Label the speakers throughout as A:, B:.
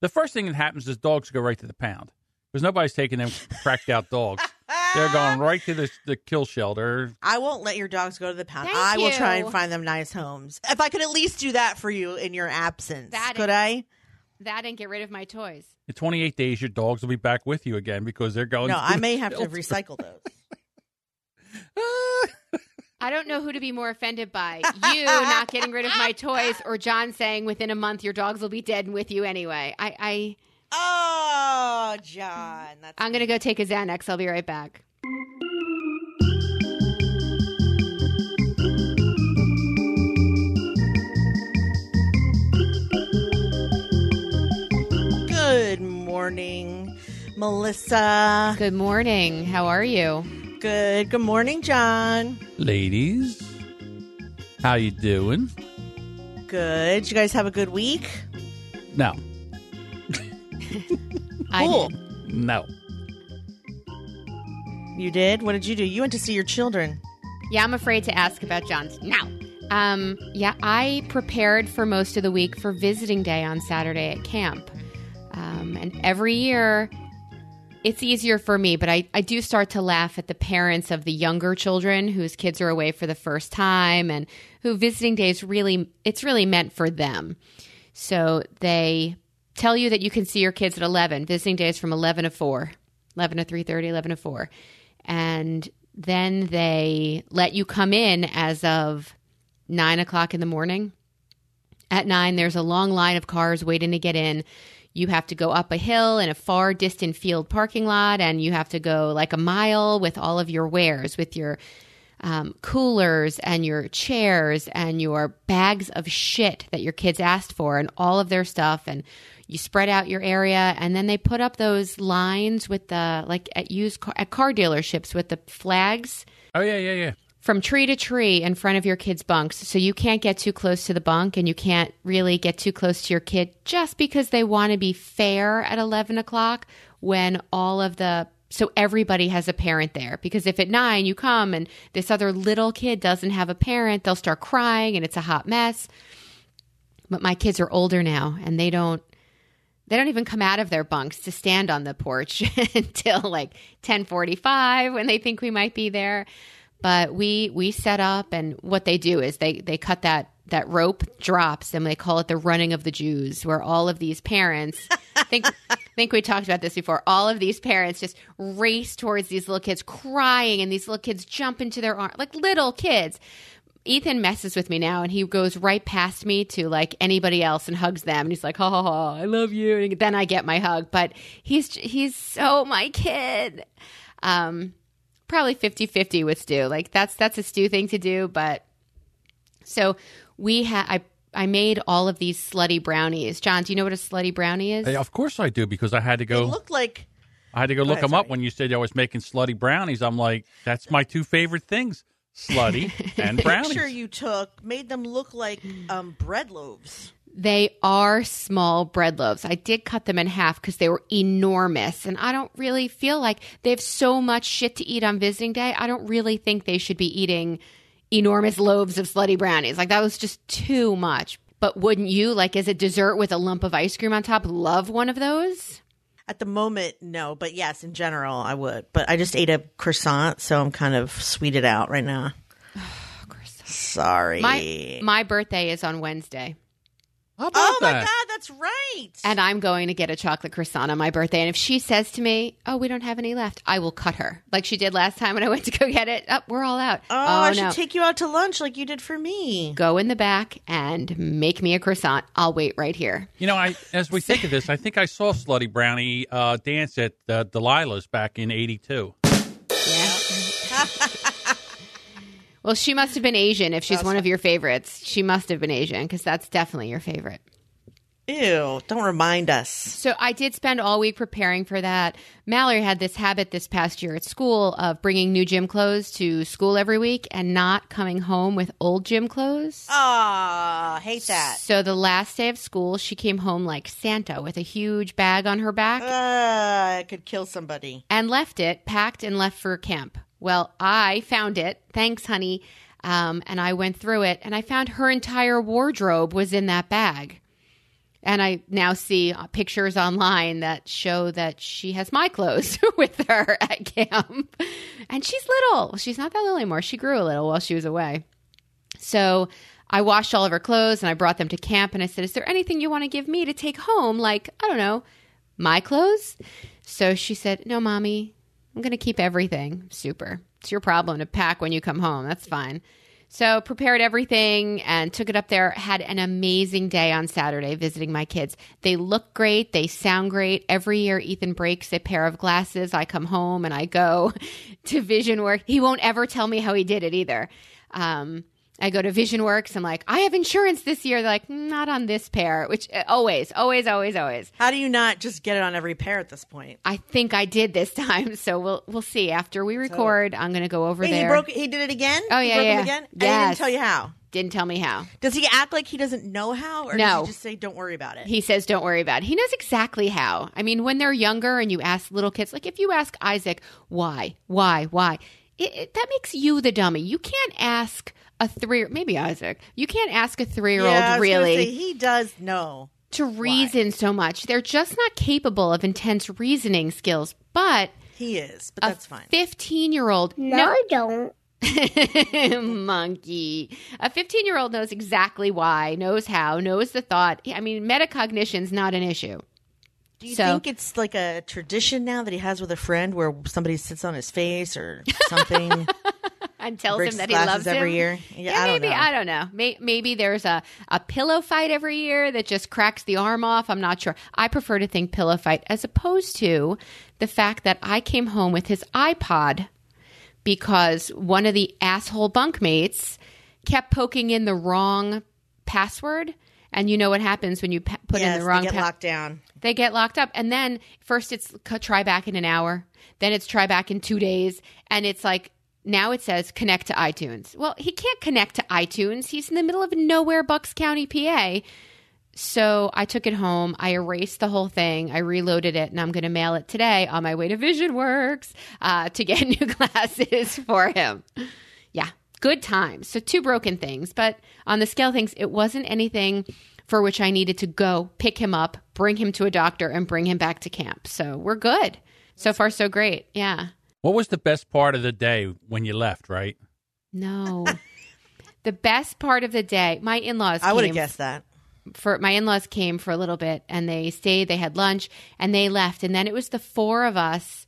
A: The first thing that happens is dogs go right to the pound because nobody's taking them cracked out dogs. They're going right to the, the kill shelter.
B: I won't let your dogs go to the pound.
C: Thank
B: I will try
C: you.
B: and find them nice homes. If I could at least do that for you in your absence,
C: That
B: could
C: is-
B: I?
C: That and get rid of my toys.
A: In 28 days, your dogs will be back with you again because they're going.
B: No,
A: to
B: I
A: the
B: may have to
A: shelter.
B: recycle those.
C: I don't know who to be more offended by you not getting rid of my toys or John saying within a month your dogs will be dead and with you anyway. I, I
B: Oh, John, that's
C: I'm gonna go take a Xanax. I'll be right back.
B: good morning, Melissa.
C: Good morning. How are you?
B: Good, good morning, John.
A: Ladies, how you doing?
B: Good. You guys have a good week.
A: No,
C: I
B: Cool.
C: did.
A: no.
B: You did. What did you do? You went to see your children.
C: Yeah, I'm afraid to ask about John's now. Um, yeah, I prepared for most of the week for visiting day on Saturday at camp. Um, and every year it's easier for me, but I, I do start to laugh at the parents of the younger children whose kids are away for the first time and who visiting day is really it's really meant for them. So they tell you that you can see your kids at 11. Visiting day is from 11 to 4, 11 to 3.30, 11 to 4. And then they let you come in as of 9 o'clock in the morning. At 9, there's a long line of cars waiting to get in. You have to go up a hill in a far distant field parking lot, and you have to go like a mile with all of your wares, with your um, coolers and your chairs and your bags of shit that your kids asked for and all of their stuff and you spread out your area and then they put up those lines with the like at used car, at car dealerships with the flags
A: Oh yeah, yeah, yeah.
C: from tree to tree in front of your kid's bunks. So you can't get too close to the bunk and you can't really get too close to your kid just because they want to be fair at 11 o'clock when all of the so everybody has a parent there because if at nine you come and this other little kid doesn't have a parent, they'll start crying and it's a hot mess. But my kids are older now and they don't they don't even come out of their bunks to stand on the porch until like 10:45 when they think we might be there but we we set up and what they do is they they cut that that rope drops and they call it the running of the Jews where all of these parents I think I think we talked about this before all of these parents just race towards these little kids crying and these little kids jump into their arms like little kids Ethan messes with me now and he goes right past me to like anybody else and hugs them and he's like, "Ha ha ha, I love you." And then I get my hug, but he's j- he's so my kid. Um probably 50-50 with Stu. Like that's that's a Stu thing to do, but so we had I I made all of these slutty brownies. John, do you know what a slutty brownie is?
A: Hey, of course I do because I had to
B: It
A: go.
B: looked like
A: I had to go look
B: ahead,
A: them up
B: sorry.
A: when you said I was making slutty brownies. I'm like, that's my two favorite things: slutty and brownies.
B: picture you took made them look like um, bread loaves.
C: They are small bread loaves. I did cut them in half because they were enormous. And I don't really feel like they have so much shit to eat on visiting day. I don't really think they should be eating enormous loaves of slutty brownies. Like that was just too much. But wouldn't you, like as a dessert with a lump of ice cream on top, love one of those?
B: At the moment, no, but yes, in general, I would. But I just ate a croissant, so I'm kind of sweeted out right now. Sorry.
C: Oh, My my birthday is on Wednesday.
A: How about
B: oh my
A: that?
B: god, that's right.
C: And I'm going to get a chocolate croissant on my birthday. And if she says to me, "Oh, we don't have any left," I will cut her, like she did last time when I went to go get it. Up, we're all out.
B: oh, I should take you out to lunch like you did for me.
C: go in the back and make me a croissant. I'll wait right here.
A: You know, I as we think of this, I think I saw Slutty Brownie uh, dance at uh, Delilah's back in '82.
C: Yeah. well, she must have been Asian if she's one of your favorites. She must have been Asian because that's definitely your favorite.
B: Ew, don't remind us.
C: So I did spend all week preparing for that. Mallory had this habit this past year at school of bringing new gym clothes to school every week and not coming home with old gym clothes.
B: Ah, hate that.
C: So the last day of school, she came home like Santa with a huge bag on her back.
B: Uh, I could kill somebody.
C: and left it packed and left for camp. Well, I found it. Thanks, honey. Um, and I went through it and I found her entire wardrobe was in that bag. And I now see uh, pictures online that show that she has my clothes with her at camp. And she's little. She's not that little anymore. She grew a little while she was away. So I washed all of her clothes and I brought them to camp and I said, Is there anything you want to give me to take home? Like, I don't know, my clothes? So she said, No, mommy, I'm going to keep everything. Super. It's your problem to pack when you come home. That's fine. So prepared everything and took it up there. Had an amazing day on Saturday visiting my kids. They look great. They sound great. Every year Ethan breaks a pair of glasses. I come home and I go to Vision Work. He won't ever tell me how he did it either. Um, I go to Vision Works. I'm like, I have insurance this year. They're like, not on this pair, which uh, always, always, always, always.
B: How do you not just get it on every pair at this point?
C: I think I did this time, so we'll we'll see after we record. I'm gonna go over
B: Wait,
C: there.
B: he broke. He did it again.
C: Oh,
B: He
C: yeah,
B: broke
C: yeah,
B: him
C: yeah.
B: again. And he
C: Yes.
B: didn't tell you how.
C: Didn't tell me how.
B: Does he act like he doesn't know how, or
C: No.
B: does he just say, "Don't worry about it"?
C: He says, "Don't worry about it." He knows exactly how. I mean, when they're younger, and you ask little kids, like if you ask Isaac, "Why, why, why," it, it, that makes you the dummy. You can't ask a three, maybe Isaac. You can't ask a three-year-old
B: yeah, I was gonna
C: really
B: say, he does know.
C: to reason so much. They're just not capable of intense reasoning skills. But
B: He is, but that's fine.
C: 15 year old. No, I don't. Monkey. A 15 year old knows exactly why, knows how, knows the thought. I mean, metacognition's not an issue.
B: Do you
C: So-
B: think it's like a tradition now that he has with a friend where somebody sits on his face or something,
C: And tells
B: breaks
C: him that he
B: glasses
C: loves
B: every
C: him.
B: year? Yeah, I don't
C: maybe
B: know.
C: I don't know. May- Maybe there's a, a pillow fight every year that just cracks the arm off. I'm not sure. I prefer to think pillow fight as opposed to the fact that I came home with his iPod because one of the asshole bunkmates kept poking in the wrong password. And you know what happens when you pa- put
B: yes,
C: in the wrong
B: they get
C: pa-
B: locked down.
C: they get locked up and then first it's c- try back in an hour then it's try back in two days and it's like now it says connect to itunes well he can't connect to itunes he's in the middle of nowhere bucks county pa so i took it home i erased the whole thing i reloaded it and i'm going to mail it today on my way to vision works uh, to get new glasses for him yeah, good times. So two broken things, but on the scale of things, it wasn't anything for which I needed to go pick him up, bring him to a doctor, and bring him back to camp. So we're good. So far, so great. Yeah.
A: What was the best part of the day when you left, right?
C: No. the best part of the day, my in laws.
B: I would have guessed that.
C: for my in-laws came for a little bit and they stayed they had lunch and they left and then it was the four of us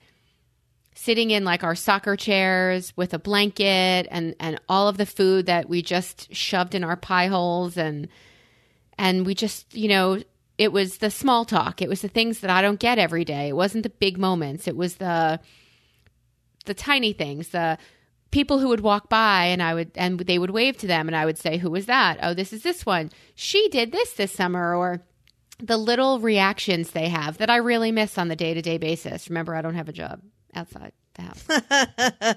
C: sitting in like our soccer chairs with a blanket and and all of the food that we just shoved in our pie holes and and we just you know it was the small talk it was the things that i don't get every day it wasn't the big moments it was the the tiny things the people who would walk by and i would and they would wave to them and i would say who was that oh this is this one she did this this summer or the little reactions they have that i really miss on the day-to-day basis remember i don't have a job outside the house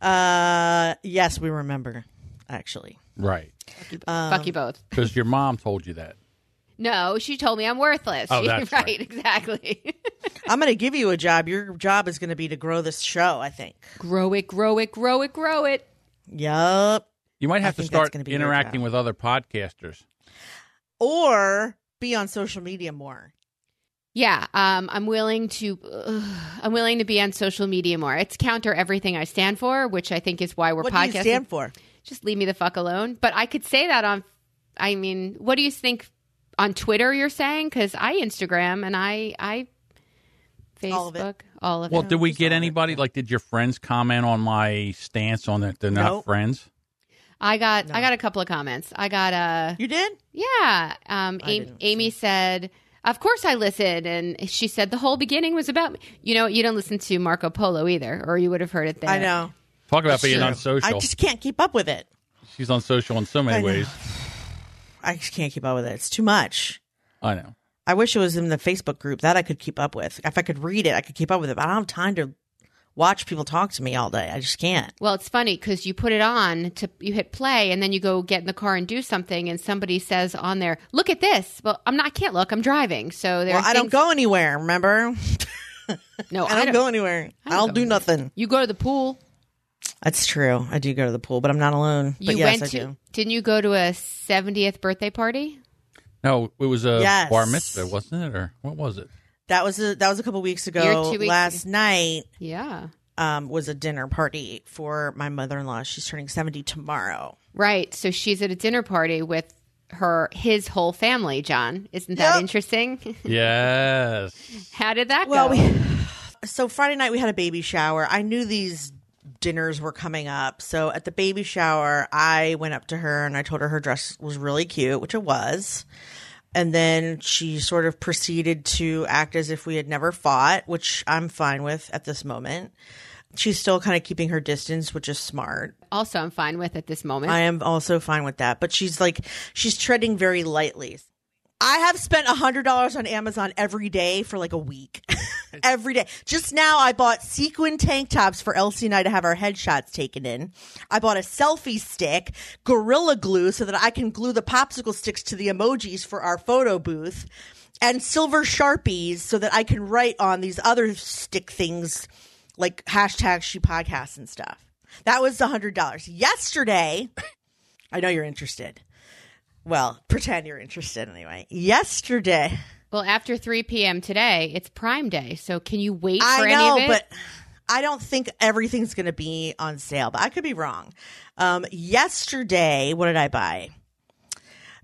B: Uh, yes, we remember. Actually,
A: Right.
C: fuck you both
A: Because your mom told you that.
C: no she told me i'm worthless
A: Oh,
C: She-
A: that's
C: right,
A: right.
C: exactly
B: I'm going to give you a job. Your job is going to be to grow this show. I think.
C: grow it grow it grow it grow it
B: Yup.
A: You might have to
B: think that's
A: start
B: gonna be your
A: interacting
B: job.
A: with other podcasters.
B: Or be on social media more.
C: Yeah, um, I'm willing to. ugh, I'm willing to be on social media more. It's counter everything I stand for, which I think is why we're
B: what
C: podcasting.
B: do you stand for?
C: Just leave me the fuck alone. But I could say that on. I mean, what do you think on Twitter? You're saying because I Instagram and I I Facebook
B: All of it.
C: all of
A: Well,
C: it.
A: did we get anybody? Like, did your friends comment on my stance on that they're not
B: Nope.
A: friends?
C: I got I got a couple of comments. I got a
B: You did.
C: yeah. Um, Amy, Amy said. Of course, I listened, and she said the whole beginning was about me. You know, you don't listen to Marco Polo either, or you would have heard it there.
B: I know.
A: Talk about being on
B: I
A: social.
B: just can't keep up with it.
A: She's on social in so many
B: know.
A: ways.
B: I just can't keep up with it. It's too much.
A: I know.
B: I wish it was in the Facebook group that I could keep up with. If I could read it, I could keep up with it. But I don't have time to watch people talk to me all day. I just can't.
C: Well, it's funny because you put it on to you hit play, and then you go get in the car and do something, and somebody says on there, "Look at this." Well, I'm not. I can't look. I'm driving. So there.
B: Well,
C: are
B: I don't
C: things-
B: go anywhere. Remember,
C: No,
B: I don't go anywhere. I
C: don't
B: will
C: go
B: do
C: anywhere.
B: nothing.
C: You go to the pool.
B: That's true. I do go to the pool, but I'm not alone.
C: You
B: but yes,
C: went
B: I
C: to.
B: do.
C: Didn't you go to a 70th birthday party?
A: No, it was a
B: Yes.
A: bar mitzvah, wasn't it? Or what was it?
B: That was a, that was a couple weeks ago.
C: You're two weeks
B: Last night
C: Yeah.
B: um, was a dinner party for my mother in law. She's turning seventy tomorrow.
C: Right. So she's at a dinner party with her his whole family, John. Isn't that
B: Yep.
C: interesting?
A: Yes.
C: How did that
B: Well,
C: go?
B: we so Friday night we had a baby shower. I knew these dinners were coming up. So at the baby shower, I went up to her and I told her her dress was really cute, which it was. And then she sort of proceeded to act as if we had never fought, which I'm fine with at this moment. She's still kind of keeping her distance, which is smart.
C: also I'm fine with at this moment.
B: I am also fine with that. But she's like, she's treading very lightly. I have spent $100 on Amazon every day for like a week. every day. Just now, I bought sequin tank tops for Elsie and I to have our headshots taken in. I bought a selfie stick, Gorilla Glue, so that I can glue the popsicle sticks to the emojis for our photo booth, and silver Sharpies so that I can write on these other stick things like hashtag she podcasts and stuff. That was $100. Yesterday, I know you're interested. Well, pretend you're interested anyway. Yesterday,
C: well, after 3 p.m. today, it's Prime Day. So can you wait for
B: I know,
C: any of it?
B: but I don't think everything's going to be on sale, but I could be wrong. Um, yesterday, what did I buy?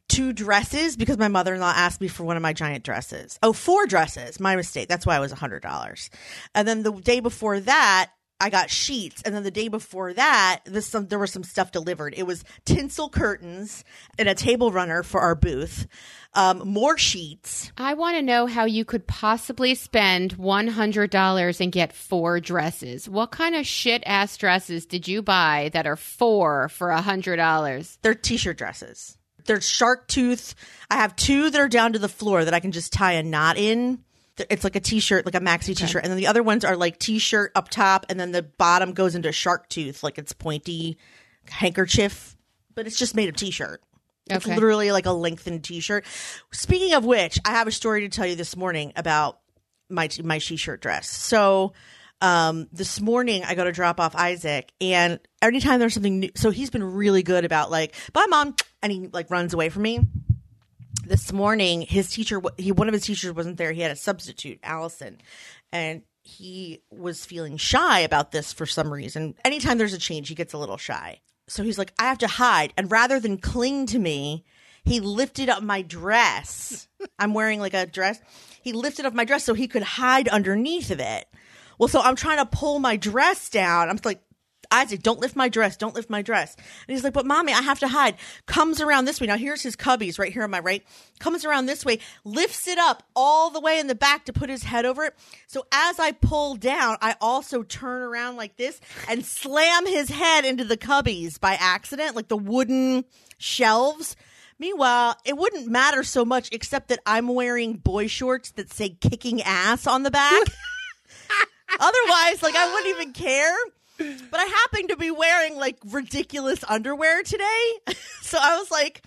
B: Two dresses because my mother in law asked me for one of my giant dresses. Oh, four dresses. My mistake. That's why it was $100. And then the day before that, I got sheets. And then the day before that, this, some, there was some stuff delivered. It was tinsel curtains and a table runner for our booth, um, more sheets.
C: I want to know how you could possibly spend $100 and get four dresses. What kind of shit ass dresses did you buy that are four for $100?
B: They're t-shirt dresses. They're shark tooth. I have two that are down to the floor that I can just tie a knot in. Th- It's like a t-shirt, like a maxi t-shirt, and then the other ones are like t-shirt up top, and then the bottom goes into shark tooth, like it's pointy handkerchief, but it's just made of t-shirt. It's
C: Okay.
B: literally like a lengthened t-shirt. Speaking of which, I have a story to tell you this morning about my t- my t-shirt dress. So, um, this morning I go to drop off Isaac, and anytime there's something new, so he's been really good about like, bye mom, and he like runs away from me. This morning, his teacher, wa- he one of his teachers wasn't there. He had a substitute, Allison, and he was feeling shy about this for some reason. Anytime there's a change, he gets a little shy. So he's like, I have to hide, and rather than cling to me, he lifted up my dress. I'm wearing like a dress. He lifted up my dress so he could hide underneath of it. Well, so I'm trying to pull my dress down. I'm like, Isaac, don't lift my dress. Don't lift my dress. And he's like, but mommy, I have to hide. Comes around this way. Now here's his cubbies right here on my right. Comes around this way, lifts it up all the way in the back to put his head over it. So as I pull down, I also turn around like this and slam his head into the cubbies by accident, like the wooden shelves. Meanwhile, it wouldn't matter so much except that I'm wearing boy shorts that say kicking ass on the back. Otherwise, like I wouldn't even care. But I happened to be wearing like ridiculous underwear today. so I was like,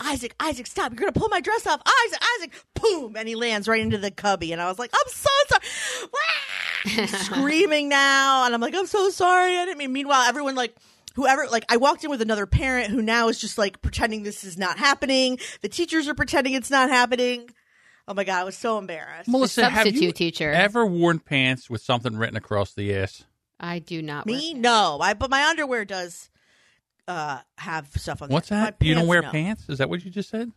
B: Isaac, Isaac, stop. You're going to pull my dress off. Isaac, Isaac, boom. And he lands right into the cubby. And I was like, I'm so sorry. Wah! Screaming now. And I'm like, I'm so sorry. I didn't mean. Meanwhile, everyone like, whoever, like, I walked in with another parent who now is just like pretending this is not happening. The teachers are pretending it's not happening. Oh my God. I was so embarrassed.
A: Melissa, have you
C: substitute teacher.
A: ever worn pants with something written across the ass?
C: I do not wear
B: Me? No. I but my underwear does uh have stuff on
A: What's
B: there.
A: that?
B: My
A: You don't wear
B: no.
A: pants? Is that what you just said?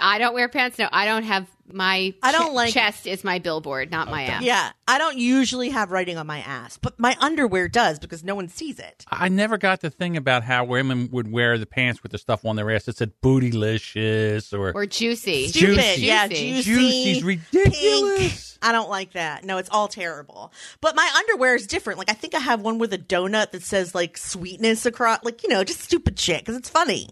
C: I don't wear pants. No, I don't have my.
B: I don't
C: ch-
B: like-
C: chest is my billboard, not my ass.
B: Yeah. I don't usually have writing on my ass, but my underwear does because no one sees it.
A: I never got the thing about how women would wear the pants with the stuff on their ass that said bootylicious or,
C: Or juicy.
A: Juicy.
B: Stupid. Yeah,
C: Juicy.
B: juicy.
A: Juicy's ridiculous.
B: Pink. I don't like that. No, it's all terrible. But my underwear is different. Like I think I have one with a donut that says like sweetness across like, you know, just stupid shit cuz it's funny.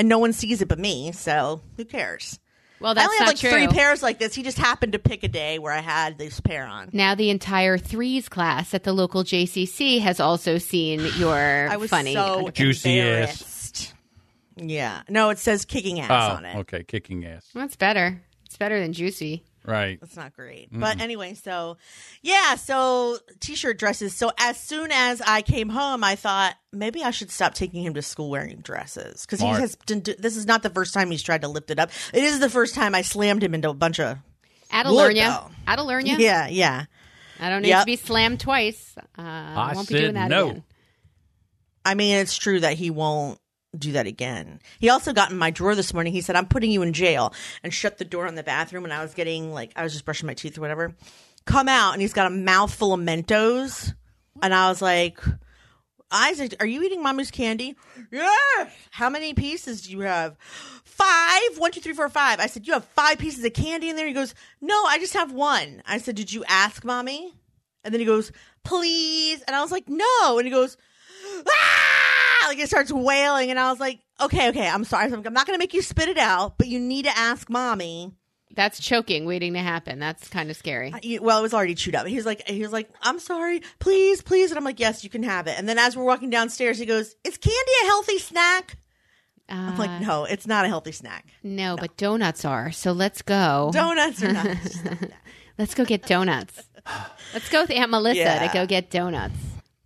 B: And no one sees it but me, so who cares?
C: Well,
B: I
C: that's
B: only
C: not
B: have like
C: true.
B: three pairs like this. He just happened to pick a day where I had this pair on.
C: Now the entire threes class at the local JCC has also seen your
B: I was
C: funny.
B: so
A: Juicy ass.
B: embarrassed. Yeah. No, it says kicking ass
A: Oh,
B: on it.
A: okay, kicking ass.
C: That's better. It's better than juicy.
A: Right.
B: That's not great. But anyway, so yeah, so t shirt dresses. So as soon as I came home, I thought maybe I should stop taking him to school wearing dresses because he
A: Smart.
B: has been. do- This is not the first time he's tried to lift it up. It is the first time I slammed him into a bunch of.
C: Adelurnia.
B: though.
C: Adelurnia.
B: Yeah, yeah.
C: I don't need
B: Yep.
C: to be slammed twice. Uh, I won't be
A: said
C: doing that
A: no.
C: again.
B: I mean, it's true that he won't do that again. He also got in my drawer this morning. He said, I'm putting you in jail and shut the door on the bathroom. And I was getting like, I was just brushing my teeth or whatever. Come out and he's got a mouthful of Mentos. And I was like, Isaac, are you eating mommy's candy? Yes. How many pieces do you have? Five. One, two, three, four, five. I said, You have five pieces of candy in there? He goes, No, I just have one. I said, Did you ask mommy? And then he goes, Please. And I was like, No. And he goes, ah! Like it starts wailing. And I was like, Okay, okay, I'm sorry. I'm not going to make you spit it out, but you need to ask mommy.
C: That's choking, waiting to happen. That's kind of scary.
B: You- well, it was already chewed up. He was like, he was like, I'm sorry, please, please, and I'm like, yes, you can have it. And then as we're walking downstairs, he goes, "Is candy a healthy snack?" I'm like, no, it's not a healthy snack.
C: Uh, No, but donuts are. So let's go.
B: Donuts are not.
C: Let's go get donuts. let's go with Aunt Melissa
B: Yeah.
C: to go get donuts.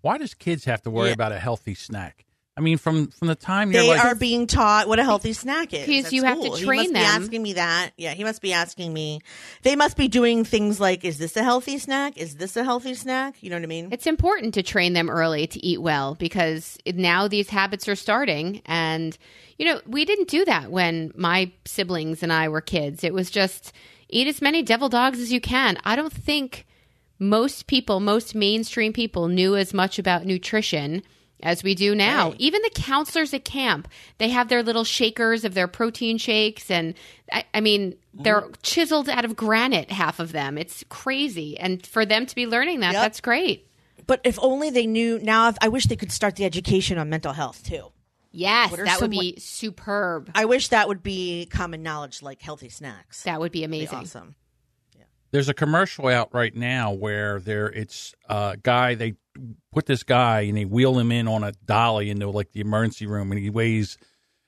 A: Why does kids have to worry
B: Yeah.
A: about a healthy snack? I mean, from from the time you're
B: they
A: like,
B: are being taught what a healthy snack is.
C: Because
B: at
C: you have to
B: school.
C: train
B: he must
C: them.
B: Be asking me that, yeah, he must be asking me. They must be doing things like, "Is this a healthy snack? Is this a healthy snack?" You know what I mean?
C: It's important to train them early to eat well because now these habits are starting. And, you know, we didn't do that when my siblings and I were kids. It was just eat as many devil dogs as you can. I don't think most people, most mainstream people, knew as much about nutrition as we do now. Even the counselors at camp, they have their little shakers of their protein shakes. And I, I mean, they're
B: Mm-hmm.
C: chiseled out of granite, half of them. It's crazy. And for them to be learning that,
B: Yep.
C: that's great.
B: But if only they knew. Now, if, I wish they could start the education on mental health too.
C: Yes,
B: What are
C: that would
B: some wa-
C: be superb.
B: I wish that would be common knowledge, like healthy snacks.
C: That would be
B: That'd
C: amazing.
B: be awesome.
A: there's a commercial out right now where there it's a guy they put this guy and they wheel him in on a dolly into like the emergency room and he weighs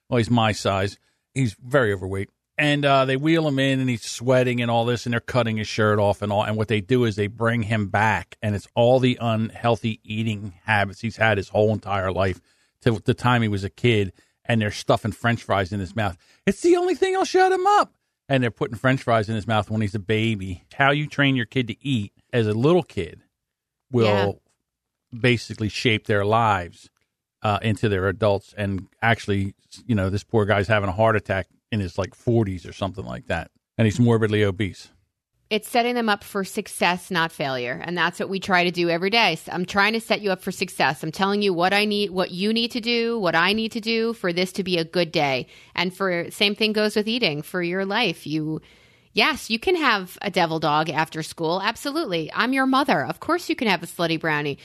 A: well he's my size he's very overweight and uh, they wheel him in and he's sweating and all this and they're cutting his shirt off and all and what they do is they bring him back and it's all the unhealthy eating habits he's had his whole entire life to the time he was a kid and they're stuffing french fries in his mouth it's the only thing i'll shut him up and they're putting french fries in his mouth when he's a baby how you train your kid to eat as a little kid will
C: Yeah.
A: basically shape their lives uh, into their adults and actually you know this poor guy's having a heart attack in his like 40s or something like that and he's morbidly obese
C: It's setting them up for success, not failure. And that's what we try to do every day. So I'm trying to set you up for success. I'm telling you what I need, what you need to do, what I need to do for this to be a good day. And for same thing goes with eating for your life. You, yes, you can have a devil dog after school. Absolutely. I'm your mother. Of course you can have a slutty brownie.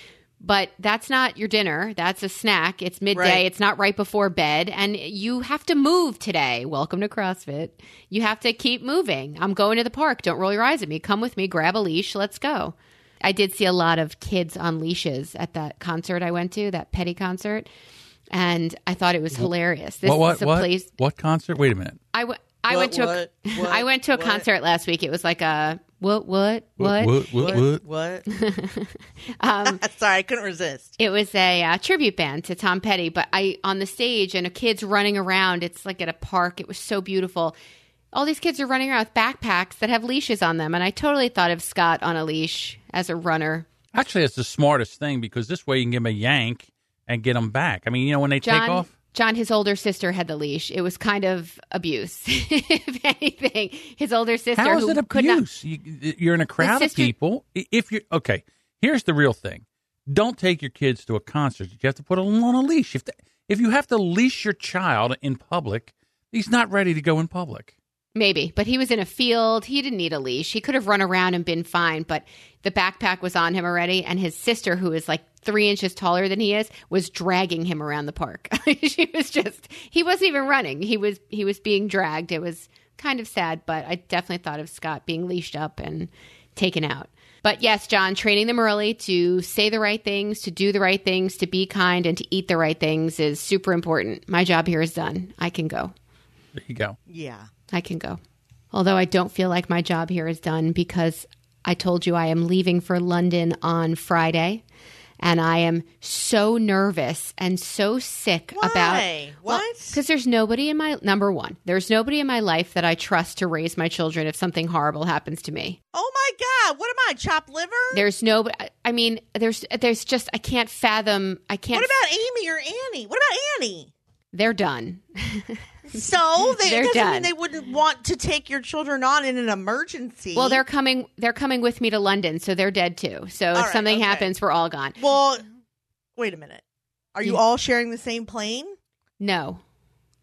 C: But that's not your dinner. That's a snack. It's midday.
B: Right.
C: It's not right before bed. And you have to move today. Welcome to CrossFit. You have to keep moving. I'm going to the park. Don't roll your eyes at me. Come with me. Grab a leash. Let's go. I did see a lot of kids on leashes at that concert I went to, that petty concert. And I thought it was hilarious. This
A: what what
C: is a
A: what
C: place
A: what concert wait a minute
C: I, w- I
B: What,
C: went to
B: what,
C: a,
B: what,
C: I went to a
B: what?
C: concert last week. It was like a what what what,
A: what what what, what?
B: What?
C: Um,
B: Sorry, I couldn't resist.
C: It was a uh, tribute band to Tom Petty, but I on the stage and a kid's running around. It's like at a park. It was so beautiful. All these kids are running around with backpacks that have leashes on them, and I totally thought of Scott on a leash as a runner.
A: actually that's the smartest thing because this way you can give him a yank and get him back i mean you know when they take
C: John,
A: off
C: John, his older sister had the leash. It was kind of abuse, if anything. His older sister,
A: How is
C: who
A: it
C: could not,
A: abuse? You, you're in a crowd of
C: sister-
A: people. I- If you're okay, here's the real thing: don't take your kids to a concert. You have to put them on a leash. If the, if you have to leash your child in public, he's not ready to go in public.
C: Maybe, but he was in a field. He didn't need a leash. He could have run around and been fine, but the backpack was on him already. And his sister, who is like three inches taller than he is, was dragging him around the park. she was just, he wasn't even running. He was, he was being dragged. It was kind of sad, but I definitely thought of Scott being leashed up and taken out. But yes, John, training them early to say the right things, to do the right things, to be kind, and to eat the right things is super important. My job here is done. I can go.
A: There you go.
B: Yeah.
C: I can go. Although I don't feel like my job here is done because I told you I am leaving for London on Friday. And I am so nervous and so sick about
B: Why? What?
C: because there's nobody in my number one. There's nobody in my life that I trust to raise my children if something horrible happens to me.
B: oh my God. What am I? Chopped liver?
C: There's no. I mean, there's there's just I can't fathom. I can't.
B: What about Amy or Annie? What about Annie?
C: they're done.
B: So they
C: They're
B: doesn't mean
C: done.
B: they wouldn't want to take your children on in an emergency.
C: Well, they're coming. They're coming with me to London, so they're dead too. So if
B: right,
C: something
B: okay.
C: happens, we're all gone.
B: well. Wait a minute. Are you
C: You-
B: all sharing the same plane?
C: No,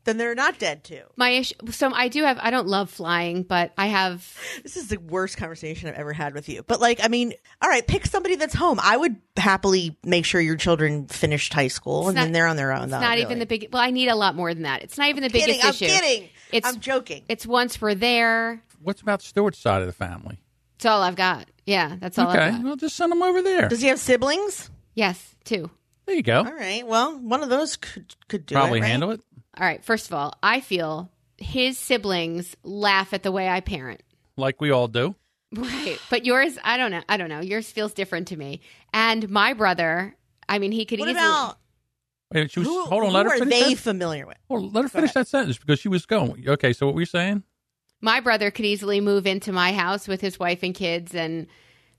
B: Then they're not dead too.
C: my issue. So I do have. I don't love flying, but I have.
B: This is the worst conversation I've ever had with you. But like, I mean, all right, pick somebody that's home. I would happily make sure your children finished high school and then
C: not-
B: they're on their own.
C: It's not even the big. Well, I need a lot more than that. It's not even the biggest
B: kidding. Oh, I'm
C: issue.
B: kidding.
C: It's-
B: I'm joking.
C: It's once we're there.
A: What's about Stewart's side of the family?
C: It's all I've got. Yeah, that's all
A: Okay,
C: I've got.
A: well, just send them over there.
B: Does he have siblings?
C: Yes, two.
A: There you go.
B: All right. Well, one of those could could do
A: Probably
B: it, right?
A: handle it.
C: All right. First of all, I feel his siblings laugh at the way I parent.
A: like we all do.
C: Right. But yours, I don't know. I don't know. Yours feels different to me. And my brother, I mean, he could
B: What
C: easily.
B: about
A: Wait, she was,
B: who,
A: hold on, let
B: who
A: her
B: are
A: finish.
B: they
A: that,
B: familiar with?
A: hold on, let her finish that sentence because she was going. Okay, so what were you saying?
C: my brother could easily move into my house with his wife and kids and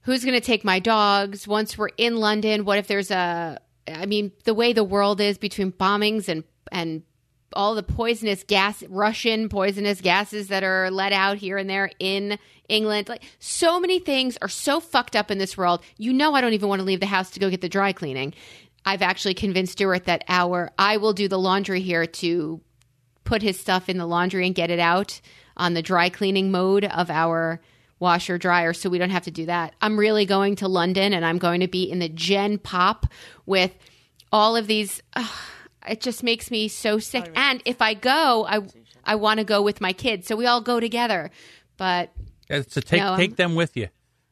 C: who's going to take my dogs once we're in london what if there's a i mean the way the world is between bombings and and all the poisonous gas russian poisonous gases that are let out here and there in england like so many things are so fucked up in this world you know i don't even want to leave the house to go get the dry cleaning i've actually convinced stuart that our i will do the laundry here to put his stuff in the laundry and get it out on the dry cleaning mode of our washer dryer so we don't have to do that. I'm really going to London and I'm going to be in the gen pop with all of these ugh, it just makes me so sick. And if I go, I I want to go with my kids. So we all go together. But
A: It's to take
C: No, I'm-
A: take them with you.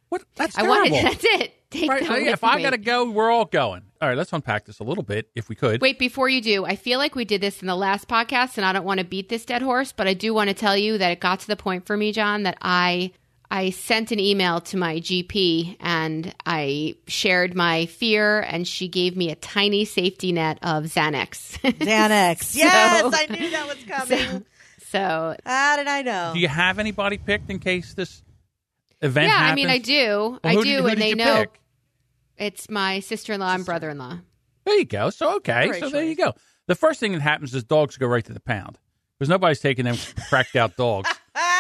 A: What? That's
C: I
A: terrible.
C: want that's it. Take
A: Right,
C: them
A: yeah,
C: with
A: if I
C: me.
A: gotta go, we're all going. All right, let's unpack this a little bit, if we could.
C: Wait, before you do, I feel like we did this in the last podcast, and I don't want to beat this dead horse, but I do want to tell you that it got to the point for me, John, that I I sent an email to my GP and I shared my fear, and she gave me a tiny safety net of Xanax.
B: Xanax. yes, I knew that was coming.
C: so
B: How did I know?
A: Do you have anybody picked in case this event?
C: yeah,
A: happens?
C: I mean, I do,
A: Well,
C: I
A: who
C: do,
A: did- who
C: and
A: did
C: they
A: you
C: know
A: pick?
C: it's my sister-in-law and brother-in-law.
A: There you go. So okay,
B: Great
A: so there
B: choice.
A: you go. The first thing that happens is dogs go right to the pound because nobody's taking them cracked out dogs.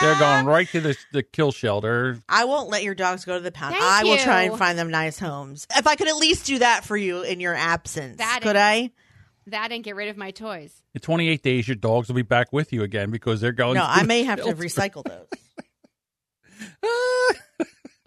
A: They're going right to the, the kill shelter.
B: I won't let your dogs go to the pound.
C: Thank
B: I will try and
C: you.
B: find them nice homes. If I could at least do that for you in your absence,
C: That
B: could
C: is-
B: I?
C: That and get rid of my toys.
A: In 28 days, your dogs will be back with Oh, you again because they're going.
B: No,
A: to
B: I
A: the
B: may have to
A: shelter.
B: recycle those.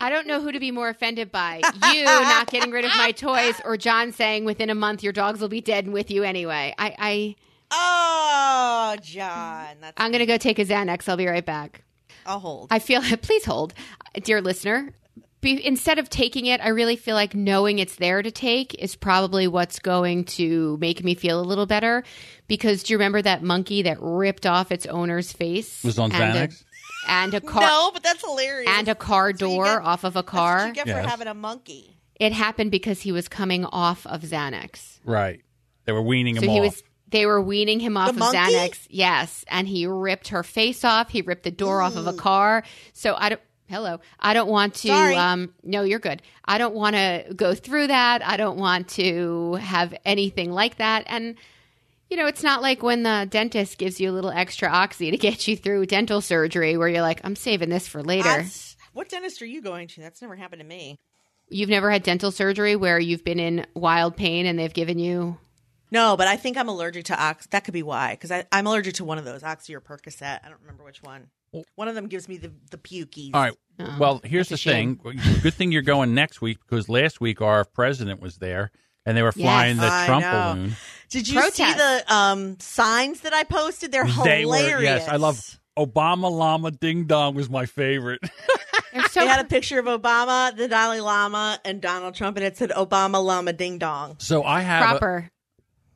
C: I don't know who to be more offended by you not getting rid of my toys or John saying within a month your dogs will be dead and with you anyway. I, I
B: Oh, John, that's
C: I'm gonna go take a Xanax. I'll be right back.
B: a hold.
C: I feel please hold, dear listener. Be, instead of taking it, I really feel like knowing it's there to take is probably what's going to make me feel a little better. Because do you remember that monkey that ripped off its owner's face?
A: Was on
C: and a-
A: Xanax?
C: and a car
B: no, but that's hilarious.
C: and a car door
B: get-
C: off of a
B: That's what
C: car.
B: you get for
A: Yes.
B: having a monkey.
C: It happened because he was coming off of Xanax.
A: Right. They were weaning
C: So
A: him
C: he
A: off.
C: was they were weaning him off
B: The
C: of
B: monkey?
C: Xanax. Yes, and he ripped her face off. He ripped the door off of a car. So I don't Hello. I don't want to
B: Mm. Sorry.
C: um no, you're good. I don't want to go through that. I don't want to have anything like that and you know, it's not like when the dentist gives you a little extra oxy to get you through dental surgery where you're like, I'm saving this for later.
B: That's- What dentist are you going to? That's never happened to me.
C: You've never had dental surgery where you've been in wild pain and they've given you
B: No, but I think I'm allergic to ox. That could be why, because I'm allergic to one of those, Oxy or Percocet. I don't remember which one. One of them gives me the the pukies.
A: Oh. All right. well, here's the
C: Oh, that's a
A: thing. Good thing you're going next week because last week our president was there and they were
C: Yes.
A: flying the
B: I
A: Trump
B: know.
A: balloon.
B: Did you see
C: Protest.
B: the um, signs that I posted? They're
A: They
B: hilarious.
A: were yes, I love Obama Llama Ding Dong was my favorite.
C: They're so
B: They had a picture of Obama, the Dalai Lama, and Donald Trump, and it said Obama Lama Ding Dong.
A: So I have a-
C: proper.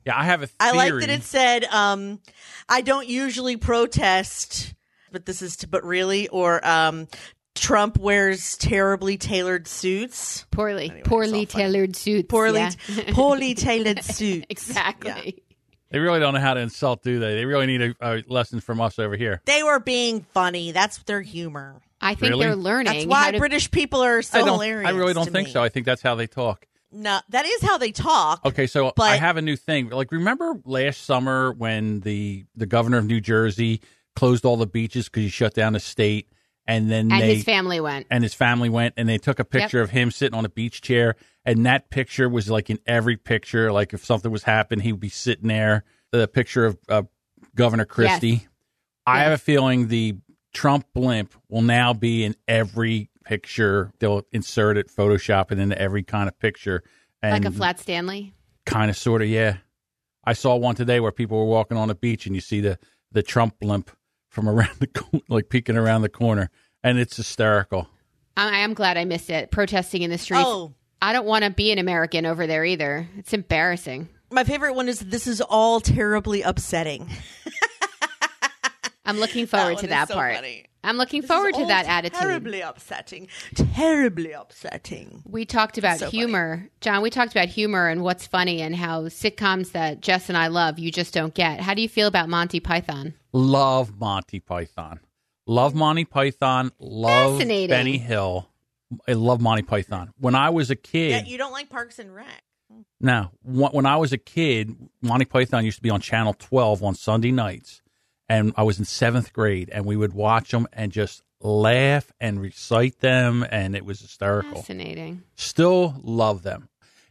A: yeah, I have a theory.
B: I like that it said, um, "I don't usually protest but this is, t- but really, or um, Trump wears terribly tailored suits.
C: Poorly,
B: Anyway, it's
C: poorly
B: all funny.
C: tailored suits.
B: Poorly,
C: yeah.
B: poorly tailored suits. Yeah.
C: exactly.
A: They really don't know how to insult, do they? They really need a, a lesson from us over here.
B: They were being funny. That's their humor.
C: I think
A: Really?
C: they're learning.
B: That's
C: how
B: why
C: to-
B: British people are so
A: I don't.
B: hilarious.
A: I really don't
B: to
A: think
B: me.
A: so. I think that's how they talk.
B: No, that is how they talk.
A: Okay, so I
B: But-
A: have a new thing. Like, remember last summer when the the governor of New Jersey closed all the beaches because he shut down the state, and then
C: and
A: they
C: his family went.
A: and his family went and they took a picture of him sitting on a beach chair, and that picture was like in every picture. Like, if something was happening, he would be sitting there. The picture of uh, Governor Christie. I have a feeling the Trump blimp will now be in every picture. They'll insert it, Photoshop it into every kind of picture. And
C: Like a flat Stanley.
A: kind of sort of yeah i saw one today where people were walking on the beach and you see the the trump blimp from around the cor- like peeking around the corner and it's hysterical
C: I, I am glad I missed it. Protesting in the streets.
B: Oh,
C: I don't want to be an American over there either. It's embarrassing.
B: my favorite one is this is all terribly upsetting.
C: I'm looking forward
B: one
C: to
B: is
C: that
B: so
C: part.
B: funny.
C: I'm looking
B: This is
C: forward to
B: all
C: that attitude.
B: Terribly upsetting. Terribly upsetting.
C: We talked about
B: so funny.
C: humor. John, we talked about humor and what's funny and how sitcoms that Jess and I love, you just don't get. How do you feel about Monty Python?
A: love monty python love monty python love
C: Fascinating.
A: benny hill i love monty python when i was a kid
B: Yeah, you don't like Parks and Rec.
A: Now, wh- when I was a kid, Monty Python used to be on Channel 12 on Sunday nights, and I was in seventh grade, and we would watch them and just laugh and recite them, and it was hysterical.
C: Fascinating.
A: Still love them.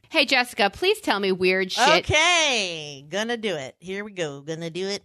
C: Hey, Jessica, please tell me weird shit.
B: Okay, gonna do it. Here we go. Gonna do it.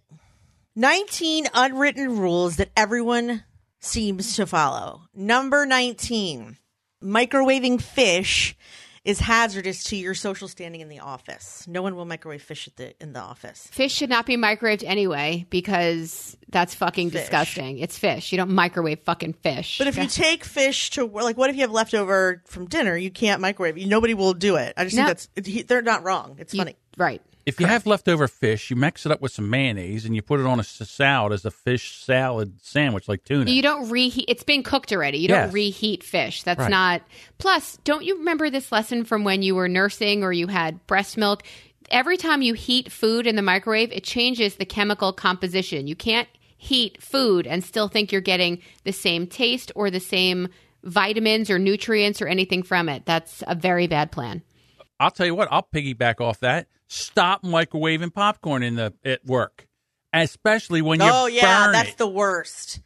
B: 19 unwritten rules that everyone seems to follow. Number 19 microwaving fish is hazardous to your social standing in the office. No one will microwave fish at the, in the office.
C: Fish should not be microwaved anyway because that's fucking
B: Fish.
C: disgusting. It's fish. You don't microwave fucking fish.
B: But if you take fish to like, what if you have leftover from dinner? You can't microwave. Nobody will do it. I just
C: No.
B: think that's he, they're not wrong. It's
C: You-
B: funny.
C: right.
A: If you have leftover fish, you mix it up with some mayonnaise and you put it on a s- salad as a fish salad sandwich, like tuna.
C: You don't reheat. It's been cooked already. You
A: Yes.
C: don't reheat fish. That's
A: Right.
C: not. Plus, don't you remember this lesson from when you were nursing or you had breast milk? Every time you heat food in the microwave, it changes the chemical composition. You can't heat food and still think you're getting the same taste or the same vitamins or nutrients or anything from it. That's a very bad plan.
A: I'll tell you what, I'll piggyback off that. Stop microwaving popcorn in the at work, especially when you
B: oh yeah
A: burn
B: that's
A: it.
B: the worst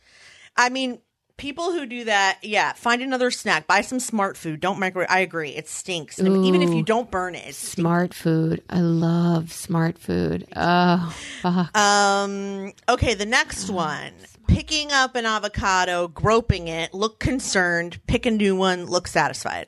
B: i mean people who do that yeah find another snack buy some smart food don't microwave i agree it stinks and even if you don't burn it, it stinks.
C: Smart food. I love smart food. Oh, fuck.
B: um okay the next
C: Mm.
B: one picking up an avocado groping it look concerned pick a new one look satisfied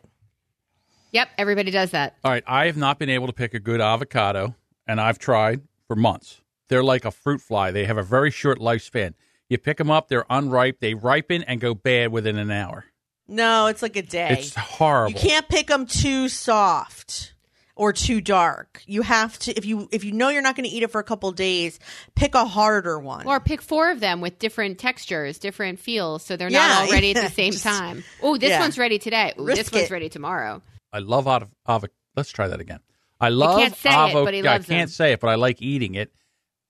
C: Yep, everybody does that.
A: All right, I have not been able to pick a good avocado, and I've tried for months. They're like a fruit fly; they have a very short lifespan. You pick them up, they're unripe, they ripen and go bad within an hour.
B: no it's like a day
A: It's horrible.
B: You can't pick them too soft or too dark. You have to if you if you know you're not going to eat it for a couple days, pick a harder one.
C: Or pick four of them with different textures, different feels, so they're not
B: Yeah,
C: all ready at the
B: yeah,
C: same
B: just-
C: time. Oh, this
B: yeah.
C: one's ready today. Ooh, this
B: Risk
C: one's
B: it.
C: ready tomorrow.
A: I love av- av- Let's try that again. I love
C: can't say it,
A: avo-
C: but he
A: yeah,
C: loves
A: I can't
C: them.
A: say it, but I like eating it.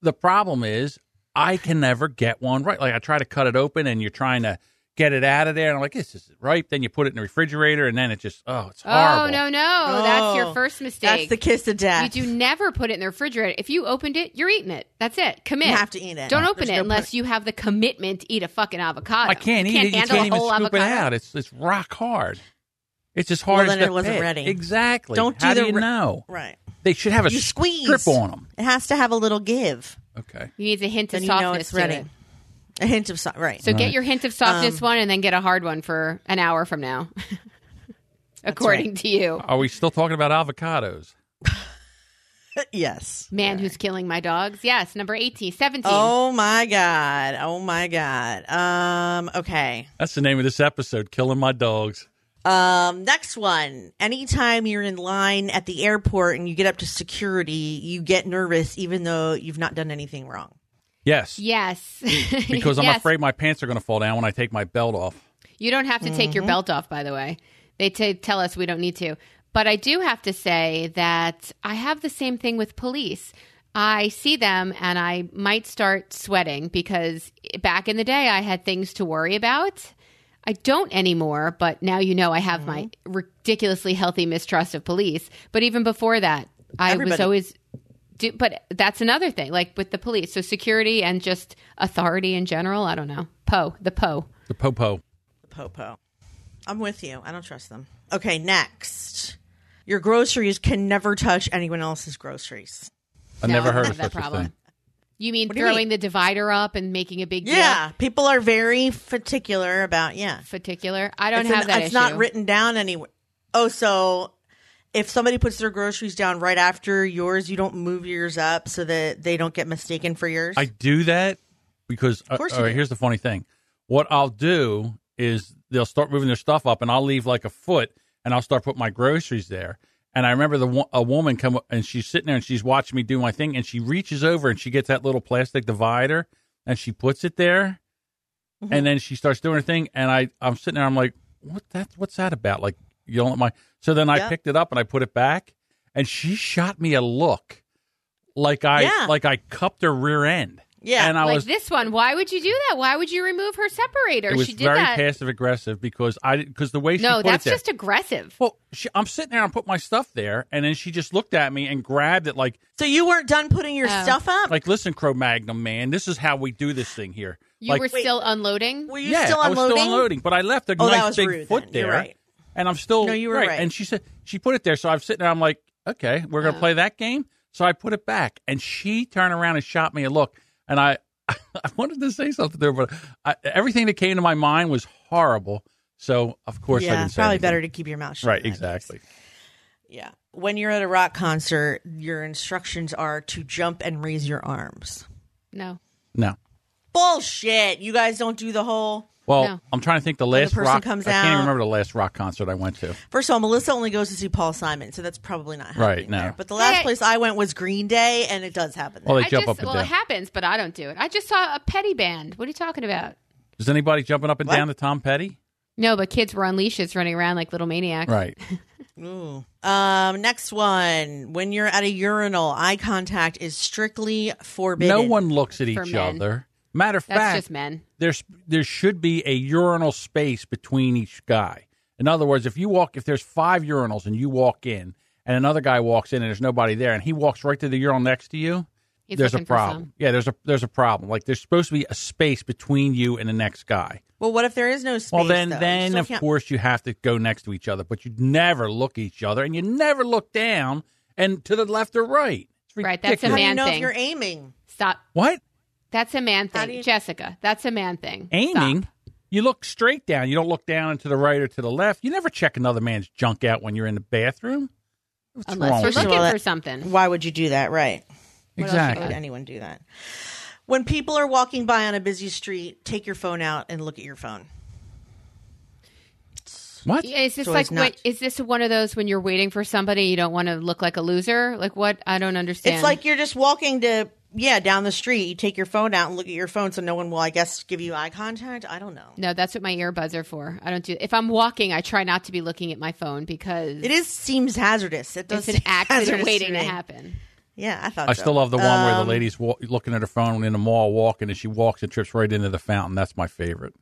A: The problem is, I can never get one right. Like I try to cut it open, and you're trying to get it out of there, and I'm like, "This isn't ripe." Then you put it in the refrigerator, and then it just oh, it's horrible.
C: Oh no, no, that's your
B: Oh,
C: first
B: That's
C: mistake.
B: the kiss of
C: you
B: death.
C: do never put it in the refrigerator. If you opened it, you're eating it. That's it. Commit.
B: You have to eat it.
C: Don't
B: There's
C: open
B: no
C: it
B: point.
C: unless you have the commitment to eat a fucking avocado.
A: I can't
C: You
A: eat it. You
C: handle
A: can't
C: a
A: even
C: whole
A: scoop
C: avocado.
A: it out. It's it's rock hard. It's as hard
B: Well,
A: as
B: then
A: the
B: it wasn't
A: pit.
B: ready.
A: Exactly.
B: Don't do
A: How
B: the
A: do you
B: re-
A: know?
B: Right.
A: They should have a
B: You squeeze.
A: strip on them.
B: It has to have a little give.
A: Okay.
C: You need a hint of
B: Then you know
C: softness
B: it's
C: to
B: ready.
C: it.
B: A hint of something. Right. Um,
C: So get your hint of softness one, and then get a hard one for an hour from now, according to you.
B: Oh,
A: Are we still talking about avocados?
B: yes.
C: Man who's killing my dogs. Yes, number 18, 17.
B: Oh my god. Oh my god. Um okay.
A: That's the name of this episode, Killing My Dogs.
B: Um, next one. Anytime you're in line at the airport and you get up to security, you get nervous even though you've not done anything wrong.
A: Yes,
C: Yes.
A: because I'm
C: Yes.
A: afraid my pants are going to fall down when I take my belt off.
C: You don't have to take your belt off, by the way. They t- tell us we don't need to. But I do have to say that I have the same thing with police. I see them and I might start sweating because back in the day I had things to worry about. I don't anymore, but now you know I have my ridiculously healthy mistrust of police. But even before that, I was
B: Everybody.
C: always do but that's another thing like with the police. So security and just authority in general, I don't know. Poe, the Poe.
A: The popo.
B: Popo. I'm with you. I don't trust them. Okay, next. Your groceries can never touch anyone else's groceries.
A: I
C: No,
A: never
C: I don't
A: heard
C: have
A: of
C: that
A: such
C: problem.
A: a thing.
C: You mean
B: do you
C: throwing
B: mean?
C: the divider up and making a big
B: Yeah,
C: deal?
B: people are very particular about yeah.
C: Particular. I don't
B: it's
C: have
B: an-
C: that
B: it's
C: issue.
B: not written down anywhere. Oh, so if somebody puts their groceries down right after yours, you don't move yours up so that they don't get mistaken for yours.
A: I do that because uh,
B: course you
A: all right,
B: do.
A: here's the funny thing. What I'll do is they'll start moving their stuff up, and I'll leave like a foot, and I'll start putting my groceries there. And I remember the wo- a woman come up, and she's sitting there and she's watching me do my thing, and she reaches over and she gets that little plastic divider and she puts it there,
B: Mm-hmm.
A: and then she starts doing her thing, and I I'm sitting there, I'm like, what that what's that about? Like you don't let my so then I
B: Yeah.
A: picked it up and I put it back, and she shot me a look like I
B: Yeah.
A: like I cupped her rear end.
B: Yeah,
A: and I
C: like
A: was
C: this one. Why would you do that? Why would you remove her separator?
A: it was
C: she did
A: very
C: that.
A: passive aggressive because I because the way she
C: no,
A: put
C: that's
A: it there.
C: just aggressive.
A: well, she, I'm sitting there and put my stuff there, and then she just looked at me and grabbed it like
B: so you weren't done putting your
C: Oh.
B: stuff up?
A: like Listen, Cro Magnum man, this is how we do this thing here.
C: You
A: like,
C: were still unloading.
B: Were you
A: yeah,
B: still
A: I was
B: unloading?
A: still unloading, but I left a
B: Oh, that
A: nice
B: was
A: big
B: rude
A: foot
B: then. You're
A: there,
B: right.
A: and I'm still
B: No, you were right.
A: And she said she put it there, so I'm sitting there. I'm like, okay, we're gonna play that game. So I put it back, and she turned around and shot me a look, and I I wanted to say something there, but I, everything that came to my mind was horrible. So of course I
B: Yeah,
A: didn't
B: it's
A: say
B: probably
A: anything.
B: better to keep your mouth shut.
A: Right,
B: than that.
A: exactly.
B: Yeah. When you're at a rock concert, your instructions are to jump and raise your arms.
C: no.
A: No.
B: Bullshit. You guys don't do the whole.
A: Well,
C: No.
A: I'm trying to think the last
B: person
A: rock
B: comes
A: I can't even
B: out-
A: remember the last rock concert I went to.
B: First of all, Melissa only goes to see Paul Simon, so that's probably not happening
A: Right, no.
B: there. But the last
C: Hey.
B: place I went was Green Day, and it does happen there.
A: Well, they
C: I
A: jump up
C: just
A: and
C: well,
A: down.
C: it happens, but I don't do it. I just saw a petty band. What are you talking about?
A: Is anybody jumping up and
B: What?
A: down to Tom Petty?
C: No, but kids were on leashes running around like little maniacs.
A: Right.
B: Ooh. Um, next one. When you're at a urinal, eye contact is strictly forbidden.
A: no one looks at
C: For
A: each
C: men.
A: other. Matter of
C: That's
A: fact,
C: just men.
A: there's there should be a urinal space between each guy. In other words, if you walk, if there's five urinals and you walk in, and another guy walks in and there's nobody there, and he walks right to the urinal next to you,
C: He's
A: there's a
C: looking for
A: problem. Yeah, there's a there's a problem. Like there's supposed to be a space between you and the next guy.
B: Well, what if there is no space?
A: well, then
B: though? You
A: then
B: still
A: of
B: can't-
A: course you have to go next to each other, but you never look at each other, and you never look down and to the left or right. It's
C: Right, that's a
B: How
A: ridiculous.
B: do you
C: Man
B: know
C: thing.
B: if you're aiming?
C: Stop.
A: What
C: That's a man
B: How do
C: thing,
B: you-
C: Jessica. That's a man thing.
A: aiming?
C: Stop.
A: You look straight down. You don't look down and to the right or to the left. You never check another man's junk out when you're in the bathroom. What's wrong
C: unless you're
A: with you?
C: looking
B: that-
C: for something.
B: Why would you do that? Right. Why would
A: Exactly.
B: anyone do that? When people are walking by on a busy street, take your phone out and look at your phone.
A: What?
C: Yeah, Is this
B: So
C: like
B: it's not-
C: what? Is this one of those when you're waiting for somebody you don't want to look like a loser? Like what? I don't understand.
B: It's like you're just walking to yeah down the street. You take your phone out and look at your phone, so no one will, I guess, give you eye contact. I don't know.
C: no, that's what my earbuds are for. I don't do. If I'm walking, I try not to be looking at my phone because
B: It is seems hazardous. It does
C: it's
B: seem
C: an accident
B: hazardous
C: waiting to
B: me.
C: happen.
B: Yeah, I thought.
A: I
B: so. Um,
A: still love the one where
C: Um,
A: the lady's wa- looking at her phone in the mall, walking, and she walks and trips right into the fountain. That's my favorite.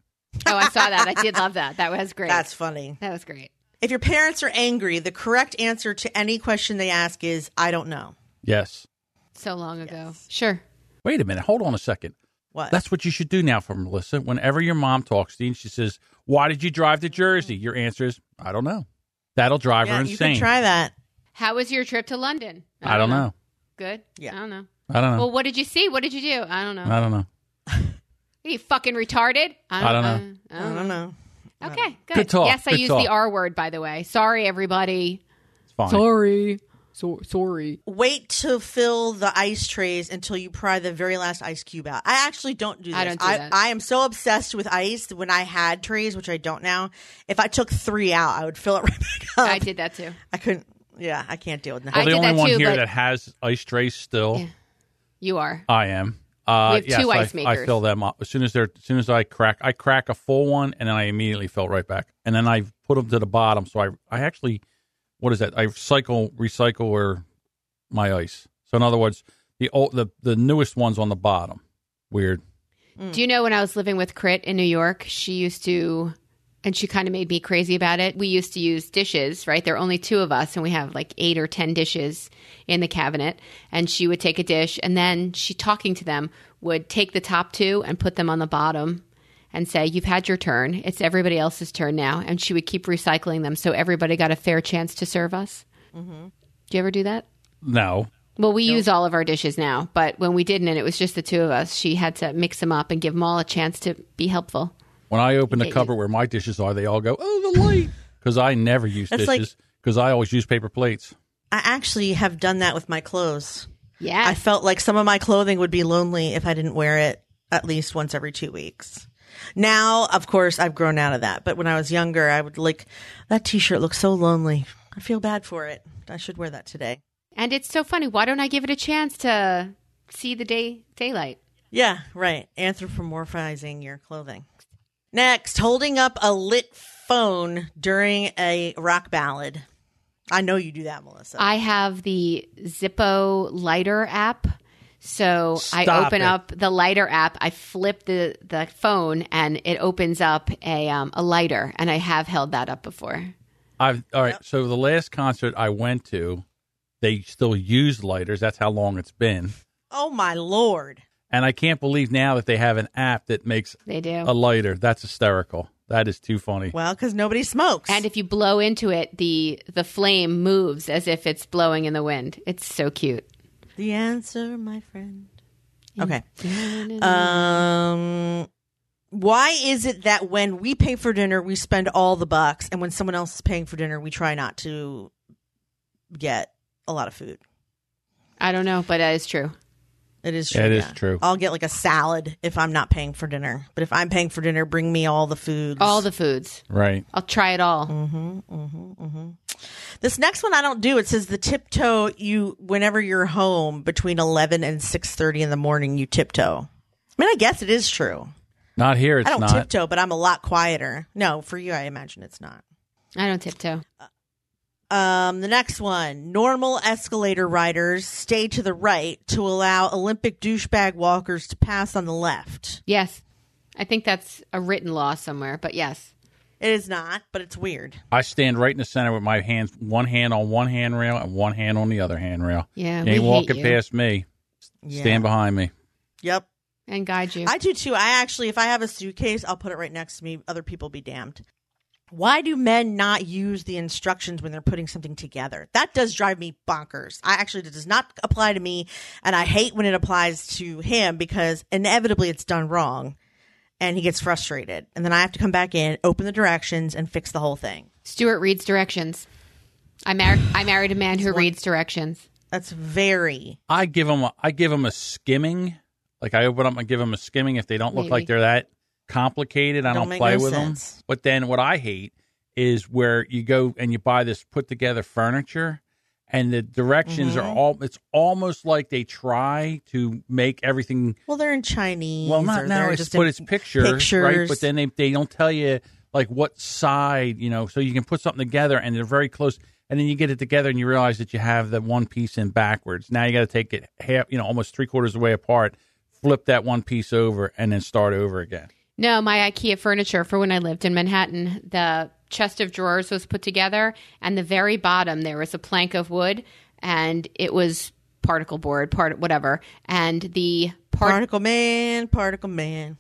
C: Oh, I saw that. I did love that. That was great.
B: That's funny.
C: that was great.
B: If your parents are angry, the correct answer to any question they ask is, "I don't know."
A: Yes.
C: So long ago. Sure.
A: Wait a minute. Hold on a second.
B: What?
A: That's what you should do now for Melissa. Whenever your mom talks to you and she says, Why did you drive to Jersey? Your answer is, I don't know. That'll drive
B: yeah,
A: her
B: you
A: insane.
B: can try that.
C: How was your trip to London?
A: I don't know.
C: Good.
B: Yeah.
C: I don't know.
A: I don't know.
C: Well, what did you see? What did you do? I don't know.
A: I don't know.
C: Are you fucking retarded?
A: I don't know.
C: I
B: I
C: don't know.
B: don't know.
C: Okay. Good.
A: Good talk.
C: Yes, I
A: Good
C: used
A: talk.
C: the R word by the way. Sorry, everybody.
A: It's fine.
C: Sorry. So sorry.
B: Wait to fill the ice trays until you pry the very last ice cube out. I actually don't do this.
C: I don't do
B: I,
C: that.
B: I am so obsessed with ice that when I had trays, which I don't now, if I took three out, I would fill it right back up.
C: I did that too.
B: I couldn't. Yeah, I can't deal with that.
C: I
A: Well, the
C: did
A: only
C: that
A: one
C: too,
A: here
C: but-
A: that has ice trays still,
C: Yeah. You are.
A: I am. Uh,
C: We have
A: yes,
C: two
A: I-
C: ice
A: I
C: makers.
A: fill them up as soon as they're as soon as I crack. I crack a full one, and then I immediately fill right back, and then I put them to the bottom. So I I actually what is that? I cycle recycle or my ice. So in other words, the old the the newest ones on the bottom. Weird.
C: Do you know when I was living with Crit in New York, she used to, and she kind of made me crazy about it. We used to use dishes, right? There are only two of us, and we have like eight or 10 dishes in the cabinet. And she would take a dish, and then she, talking to them, would take the top two and put them on the bottom and say, You've had your turn. It's everybody else's turn now. And she would keep recycling them so everybody got a fair chance to serve us. Do you ever do that?
A: No.
C: Well, we use all of our dishes now, but when we didn't and it was just the two of us, she had to mix them up and give them all a chance to be helpful.
A: When I open the cupboard where my dishes are, they all go, "Oh, the light," because I never use
B: That's like-
A: dishes because I always use paper plates.
B: I actually have done that with my clothes.
C: Yeah.
B: I felt like some of my clothing would be lonely if I didn't wear it at least once every two weeks. Now, of course, I've grown out of that. But when I was younger, I would like that T-shirt looks so lonely. I feel bad for it. I should wear that today.
C: and it's so funny. Why don't I give it a chance to see the day daylight?
B: Yeah, right. Anthropomorphizing your clothing. Next, holding up a lit phone during a rock ballad. I know you do that, Melissa.
C: I have the Zippo lighter app. So I
A: Stop
C: open
A: it.
C: up the lighter app, I flip the, the phone and it opens up a um, a lighter and I have held that up before.
A: I've all right. So the last concert I went to, they still used lighters. That's how long it's been,
B: oh my lord!
A: and I can't believe now that they have an app that makes
C: They do.
A: a lighter. That's hysterical. That is too funny.
B: Well, because nobody smokes.
C: And if you blow into it, the the flame moves as if it's blowing in the wind. It's so cute.
B: the answer, my friend. Okay. Um, why is it that when we pay for dinner, we spend all the bucks, and when someone else is paying for dinner, we try not to get a lot of food?
C: I don't know, but that is true.
B: It is true.
A: Yeah, it is
B: yeah.
A: true.
B: I'll get like a salad if I'm not paying for dinner, but if I'm paying for dinner, bring me all the food.
C: All the foods.
A: Right.
C: I'll try it all.
B: Mm-hmm, mm-hmm, mm-hmm. This next one I don't do. It says the tiptoe. You whenever you're home between eleven and six thirty in the morning, you tiptoe. I mean, I guess it is true.
A: Not here. It's
B: I don't
A: not.
B: tiptoe, but I'm a lot quieter. No, for you, I imagine it's not.
C: I don't tiptoe.
B: Um, the next one: normal escalator riders stay to the right to allow Olympic douchebag walkers to pass on the left.
C: Yes. I think that's a written law somewhere, but yes.
B: It is not, but it's weird.
A: I stand right in the center with my hands, one hand on one handrail and one hand on the other handrail.
C: Yeah.
A: You
C: we
A: ain't
C: hate
A: walking
C: you.
A: past me. Stand behind me.
B: Yep.
C: and guide you.
B: I do too. I actually, if I have a suitcase, I'll put it right next to me. Other people be damned. Why do men not use the instructions when they're putting something together? That does drive me bonkers. I actually, it does not apply to me. And I hate when it applies to him because inevitably it's done wrong and he gets frustrated. And then I have to come back in, open the directions, and fix the whole thing.
C: Stuart reads directions. I married I married a man who reads directions.
B: That's very.
A: I give them a, I give 'em a skimming. Like I open up and give them a skimming. If they don't look
C: Maybe.
A: like they're that complicated, I
B: Don't
A: don't,
B: make
A: play
B: no
A: with
B: sense.
A: them. But then what I hate is where you go and you buy this put together furniture and the directions
B: Mm-hmm.
A: are all it's almost like they try to make everything
B: Well, they're in Chinese.
A: well
B: or
A: not now
B: they're
A: it's
B: just
A: but
B: in
A: it's picture right
B: pictures.
A: but then they, they don't tell you like what side you know so you can put something together and they're very close and then you get it together and you realize that you have the one piece in backwards now you got to take it half you know almost three quarters of the way apart flip that one piece over and then start over again
C: No, my IKEA furniture for when I lived in Manhattan, the chest of drawers was put together, and the very bottom there was a plank of wood, and it was particle board, part whatever, and the part
B: particle man, particle man.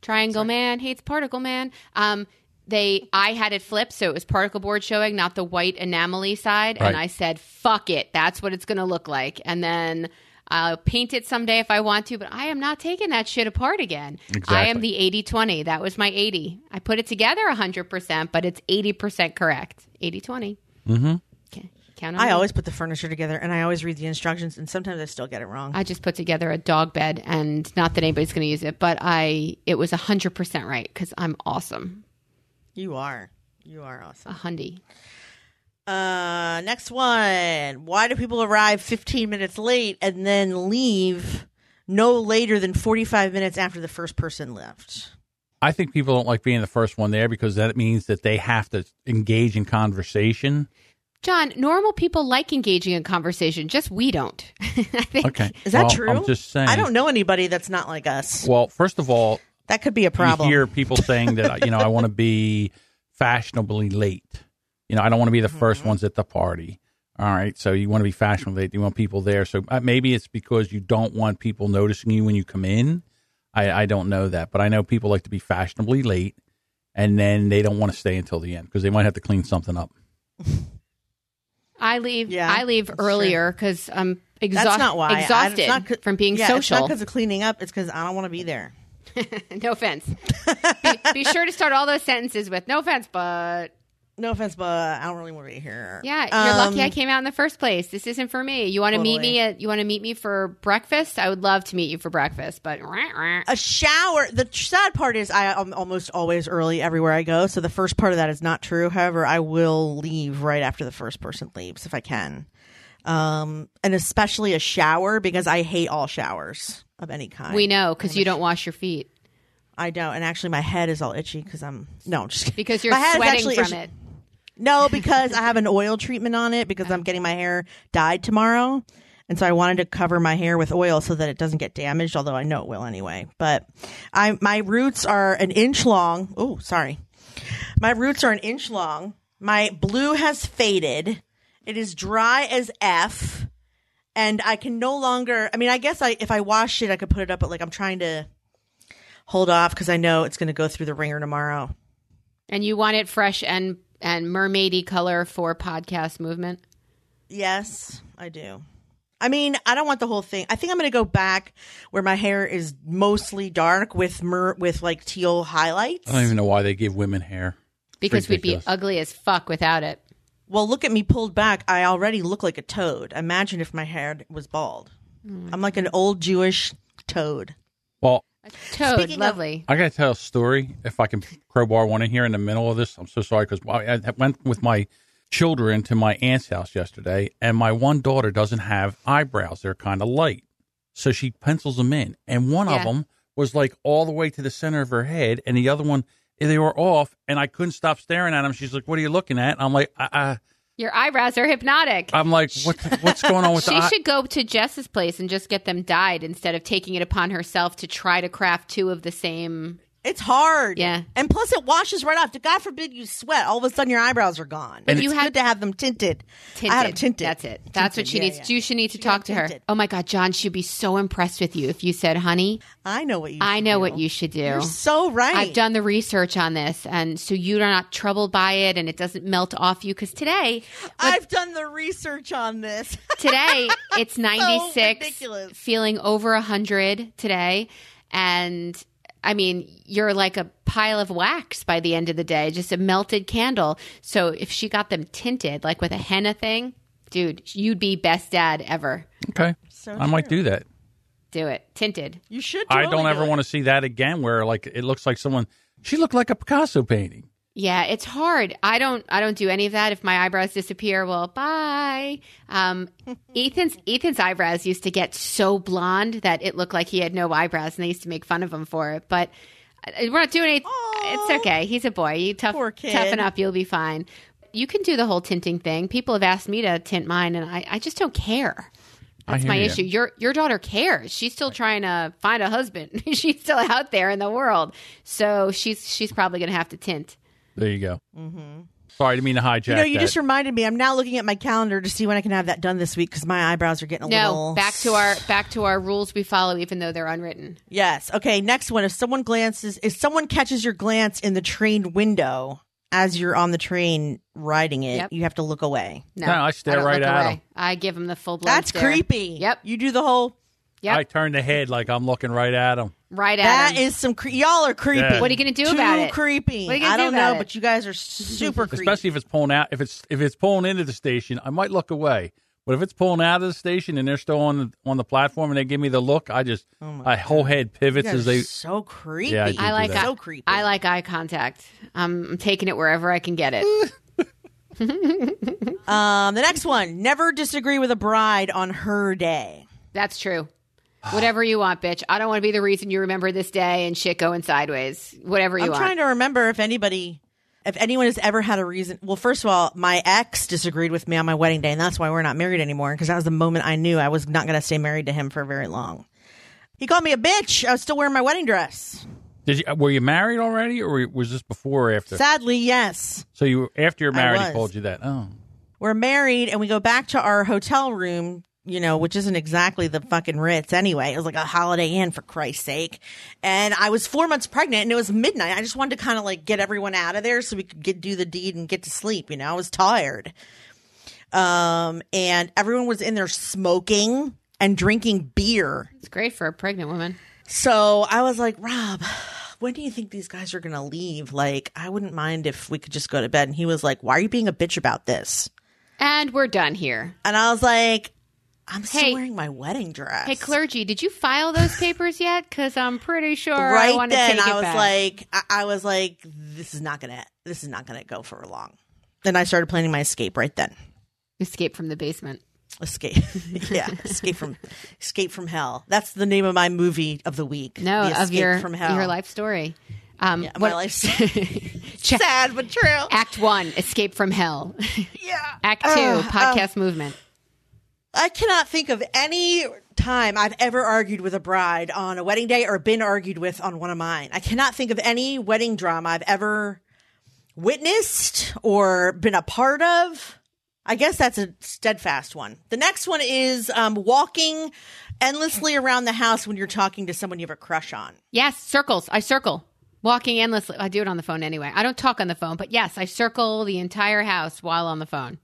C: triangle man hates particle man. Um, they, I had it flipped, so it was particle board showing, not the white enamelly side, and
A: Right.
C: I said, "Fuck it, that's what it's going to look like," and then. I'll paint it someday if I want to, but I am not taking that shit apart again. I am
A: Exactly.
C: the the 80 20. That was my 80. I put it together 100%, but it's 80% correct. 80 20. Mm-hmm. Okay. Count on
B: I
C: me.
B: always put the furniture together and I always read the instructions and sometimes I still get it wrong.
C: I just put together a dog bed and not that anybody's going to use it, but I it was 100% right because I'm awesome.
B: You are. You are
C: A
B: awesome.
C: hundy.
B: Uh next one. Why do people arrive 15 minutes late and then leave no later than 45 minutes after the first person left.
A: I think people don't like being the first one there because that means that they have to engage in conversation.
C: John, normal people like engaging in conversation, just we don't. I think
A: Okay.
B: Is that
A: Well,
B: true?
A: I'm just saying.
B: I don't know anybody that's not like us.
A: Well, first of all,
B: That could be a problem.
A: you hear people saying that, you know, I want to be fashionably late. You know, I don't want to be the first ones at the party. All right. So you want to be fashionably late. You want people there. So uh, maybe it's because you don't want people noticing you when you come in. I, I don't know that, but I know people like to be fashionably late and then they don't want to stay until the end because they might have to clean something up.
C: I leave.
B: Yeah,
C: I leave
B: that's true.
C: earlier because I'm exhaust-
B: that's not why. I-
C: exhausted
B: it's not 'cause-
C: from being
B: yeah, It's not
C: social.
B: because of cleaning up. It's because I don't want to be there.
C: no offense. be, be sure to start all those sentences with "no offense," but
B: No offense, but I don't really want to be here.
C: yeah, you're
B: Um,
C: lucky I came out in the first place. This isn't for me. You want to meet
B: Totally.
C: me at? You want to meet me for breakfast? I would love to meet you for breakfast, but
B: a shower. The tr- sad part is I am almost always early everywhere I go. So the first part of that is not true. However, I will leave right after the first person leaves if I can. Um, and especially a shower because I hate all showers of any kind.
C: we know because you don't wash your feet
B: I don't. And actually, my head is all itchy because I'm no, I'm just kidding.
C: because you're
B: My head is
C: sweating
B: actually
C: from
B: itchy.
C: it.
B: no, because I have an oil treatment on it because I'm getting my hair dyed tomorrow. And so I wanted to cover my hair with oil so that it doesn't get damaged, although I know it will anyway. But I my roots are an inch long. Oh, sorry. My roots are an inch long. My blue has faded. It is dry as F. And I can no longer I mean, I guess I if I washed it I could put it up, but like I'm trying to hold off because I know it's gonna go through the ringer tomorrow.
C: And you want it fresh and and mermaidy color for podcast movement.
B: Yes, I do. I mean, I don't want the whole thing. I think I'm going to go back where my hair is mostly dark with mer- with like teal highlights.
A: I don't even know why they give women hair.
C: Because we'd be
A: Ridiculous.
C: ugly as fuck without it.
B: well, look at me pulled back. I already look like a toad. Imagine if my hair was bald.
C: Mm,
B: I'm like an old Jewish toad.
A: Well,
C: Toad,
B: Speaking of-
C: lovely.
A: I got to tell a story. If I can crowbar one in here in the middle of this, I'm so sorry because I, I went with my children to my aunt's house yesterday, and my one daughter doesn't have eyebrows; they're kind of light, so she pencils them in. And one of
C: Yeah.
A: 'em of them was like all the way to the center of her head, and the other one eh, they were off, and I couldn't stop staring at them. She's like, "What are you looking at?" And I'm like, I,
C: Your eyebrows are hypnotic.
A: I, "I'm like, what, what's going on with the
C: She
A: eye?
C: should go to Jess's place and just get them dyed instead of taking it upon herself to try to craft two of the same.
B: It's hard.
C: Yeah.
B: And plus, it washes right off. God forbid you sweat. All of a sudden, your eyebrows are gone. But
C: you
B: it's
C: had-
B: good to have them tinted.
C: Tinted.
B: I had them tinted.
C: That's it. That's what
B: Tinted,
C: she
B: yeah,
C: needs.
B: yeah.
C: You should need to talk to her.
B: tinted.
C: Oh my God, John, she'd be so impressed with you if you said, honey,
B: I know what you.
C: I
B: should
C: know
B: do.
C: what you should do.
B: You're so right.
C: I've done the research on this. And so you're not troubled by it and it doesn't melt off you. Because today,
B: I've done the research on this.
C: today it's 96
B: ridiculous.
C: feeling over 100 today and i mean you're like a pile of wax by the end of the day just a melted candle so if she got them tinted like with a henna thing dude you'd be best dad ever
A: Okay, I might do that.
C: do it tinted
B: You should.
A: I don't ever want to see that again. Where like it looks like someone. She looked like a Picasso painting.
C: yeah it's hard i don't i don't do any of that if my eyebrows disappear well bye um ethan's ethan's eyebrows used to get so blonde that it looked like he had no eyebrows and they used to make fun of him for it but uh, we're not doing anything
B: Aw.
C: it's okay he's a boy you tough
B: Poor kid.
C: toughen up you'll be fine you can do the whole tinting thing people have asked me to tint mine and i, I just don't care
A: I
C: that's
A: hear
C: my
A: ya.
C: issue. Your your daughter cares. She's still trying to find a husband. she's still out there in the world. So she's she's probably going to have to tint.
A: There you go. Mm-hmm. Sorry, I didn't mean to hijack.
B: You know, you
A: that.
B: just reminded me. I'm now looking at my calendar to see when I can have that done this week because my eyebrows are getting a
C: No,
B: little.
C: back to our back to our rules we follow even though they're unwritten.
B: Yes. Okay. Next one. If someone glances, if someone catches your glance in the train window as you're on the train riding it,
C: Yep.
B: you have to look away.
C: No.
A: No, I stare
C: don't
A: right
C: look
A: at
C: away.
A: 'em.
C: I give them the full blown
B: That's
C: stare.
B: creepy.
C: Yep.
B: You do the whole.
C: Yep.
A: I turn the head like I'm looking right at him.
C: right at
B: That
C: 'em.
B: is some. Cre- y'all are creepy.
A: Yeah.
C: What are you going to do
B: Too
C: about it?
B: creepy.
C: What are you gonna
B: I
C: do
B: don't
C: about
B: know,
C: it?
B: but you guys are super creepy.
A: Especially if it's pulling out. If it's if it's pulling into the station, I might look away. But if it's pulling out of the station and they're still on the, on the platform and they give me the look, I just Oh my whole head pivots
B: You guys
A: as
B: are
A: they.
B: so creepy.
A: Yeah, I do
C: I
A: do
C: like
A: that.
C: eye,
B: so creepy.
C: I like eye contact. I'm, I'm taking it wherever I can get it.
B: Um, the next one: never disagree with a bride on her day.
C: That's true. Whatever you want, bitch. I don't want to be the reason you remember this day and shit going sideways. Whatever you
B: I'm
C: want.
B: trying to remember if anybody, if anyone has ever had a reason. Well, first of all, my ex disagreed with me on my wedding day, and that's why we're not married anymore. Because that was the moment I knew I was not going to stay married to him for very long. He called me a bitch. I was still wearing my wedding dress.
A: Did you, uh, were you married already, or was this before or after?
B: Sadly, yes,
A: so you after you're married, he
B: was.
A: called you that. Oh,
B: we're married, and we go back to our hotel room. You know, which isn't exactly the fucking Ritz anyway. It was like a Holiday Inn for Christ's sake. And I was four months pregnant, and it was midnight. I just wanted to kind of like get everyone out of there so we could get do the deed and get to sleep. You know, I was tired. um, and everyone was in there smoking and drinking beer.
C: it's great for a pregnant woman.
B: So I was like, Rob, when do you think these guys are going to leave? Like, I wouldn't mind if we could just go to bed. And he was like, Why are you being a bitch about this?
C: And we're done here.
B: And I was like, I'm still
C: Hey.
B: wearing my wedding dress.
C: Hey, clergy, did you file those papers yet? Because I'm pretty sure I
B: right
C: want
B: then,
C: to take
B: I
C: it
B: was
C: back.
B: like, I, I was like, this is not gonna, this is not gonna go for long. Then I started planning my escape right then.
C: Escape from the basement.
B: Escape, yeah, escape from, escape from hell. That's the name of my movie of the week.
C: No,
B: The
C: of
B: Escape
C: your
B: from hell.
C: your life story. Um,
B: Yeah, my life's sad but true.
C: Act one: Escape from Hell.
B: Yeah.
C: Act two:
B: Ugh, um,
C: Podcast Movement.
B: I cannot think of any time I've ever argued with a bride on a wedding day or been argued with on one of mine. I cannot think of any wedding drama I've ever witnessed or been a part of. I guess that's a steadfast one. The next one is um, walking endlessly around the house when you're talking to someone you have a crush on.
C: Yes, circles. I circle. Walking endlessly. I do it on the phone anyway. I don't talk on the phone, but yes, I circle the entire house while on the phone.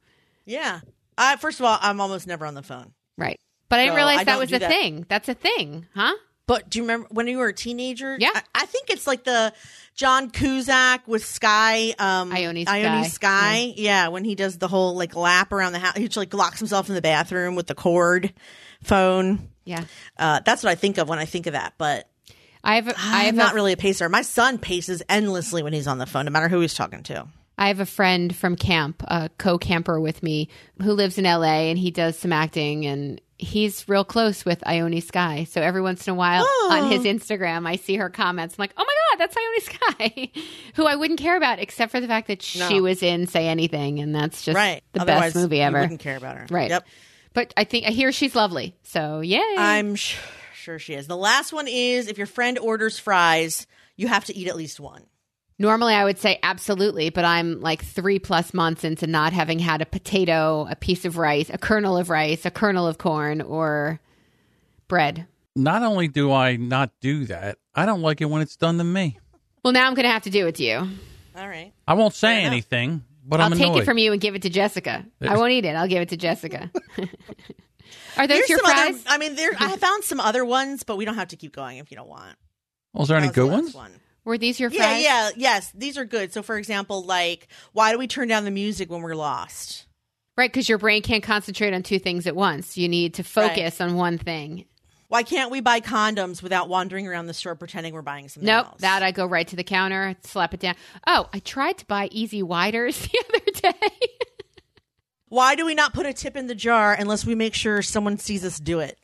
B: Yeah. I, first of all, I'm almost never on the phone.
C: Right. But I didn't
B: No,
C: realize
B: I
C: that
B: don't
C: was
B: do
C: a
B: that.
C: thing. That's a thing, huh?
B: But do you remember when you were a teenager?
C: Yeah.
B: I, I think it's like the John Kuzak with Sky, um,
C: Ione Sky.
B: Ione Sky. Yeah. when he does the whole like lap around the house, he like locks himself in the bathroom with the cord phone.
C: Yeah.
B: Uh, that's what I think of when I think of that. But
C: I have. a- I
B: I'm
C: have a-
B: not really a pacer. My son paces endlessly when he's on the phone, no matter who he's talking to.
C: I have a friend from camp, a co camper with me, who lives in LA and he does some acting and he's real close with Ione Sky. So every once in a while
B: Oh.
C: on his Instagram, I see her comments. I'm like, oh my God, that's Ione Sky, who I wouldn't care about except for the fact that she
B: No.
C: was in Say Anything. And that's just
B: Right.
C: the
B: Otherwise,
C: best movie
B: you
C: ever.
B: wouldn't care about her.
C: Right.
B: Yep.
C: But I think I hear she's lovely. So yay.
B: I'm sh- sure she is. The last one is if your friend orders fries, you have to eat at least one.
C: Normally, I would say absolutely, but I'm like three plus months into not having had a potato, a piece of rice, a kernel of rice, a kernel of corn, or bread.
A: not only do I not do that, I don't like it when it's done to me.
C: Well, now I'm going to have to do it to you.
B: All right.
A: I won't say
B: Fair enough.
A: anything, but
C: I'll
A: am
C: take
A: annoyed.
C: it from you and give it to Jessica. I
A: There's-
C: won't eat it. I'll give it to Jessica. Are those
B: There's
C: your
B: some
C: fries?
B: other. I mean, there. I found some other ones, but we don't have to keep going if you don't want.
A: well, is there
B: That
A: any
B: was the
A: good
B: last
A: ones?
B: One.
C: Were these your
B: Yeah,
C: fries?
B: yeah, yes. These are good. So, for example, like, why do we turn down the music when we're lost?
C: Right, because your brain can't concentrate on two things at once. You need to focus on one thing.
B: Why can't we buy condoms without wandering around the store pretending we're buying something
C: Nope,
B: else?
C: that I go right to the counter, slap it down. Oh, I tried to buy Easy Widers the other day.
B: Why do we not put a tip in the jar unless we make sure someone sees us do it?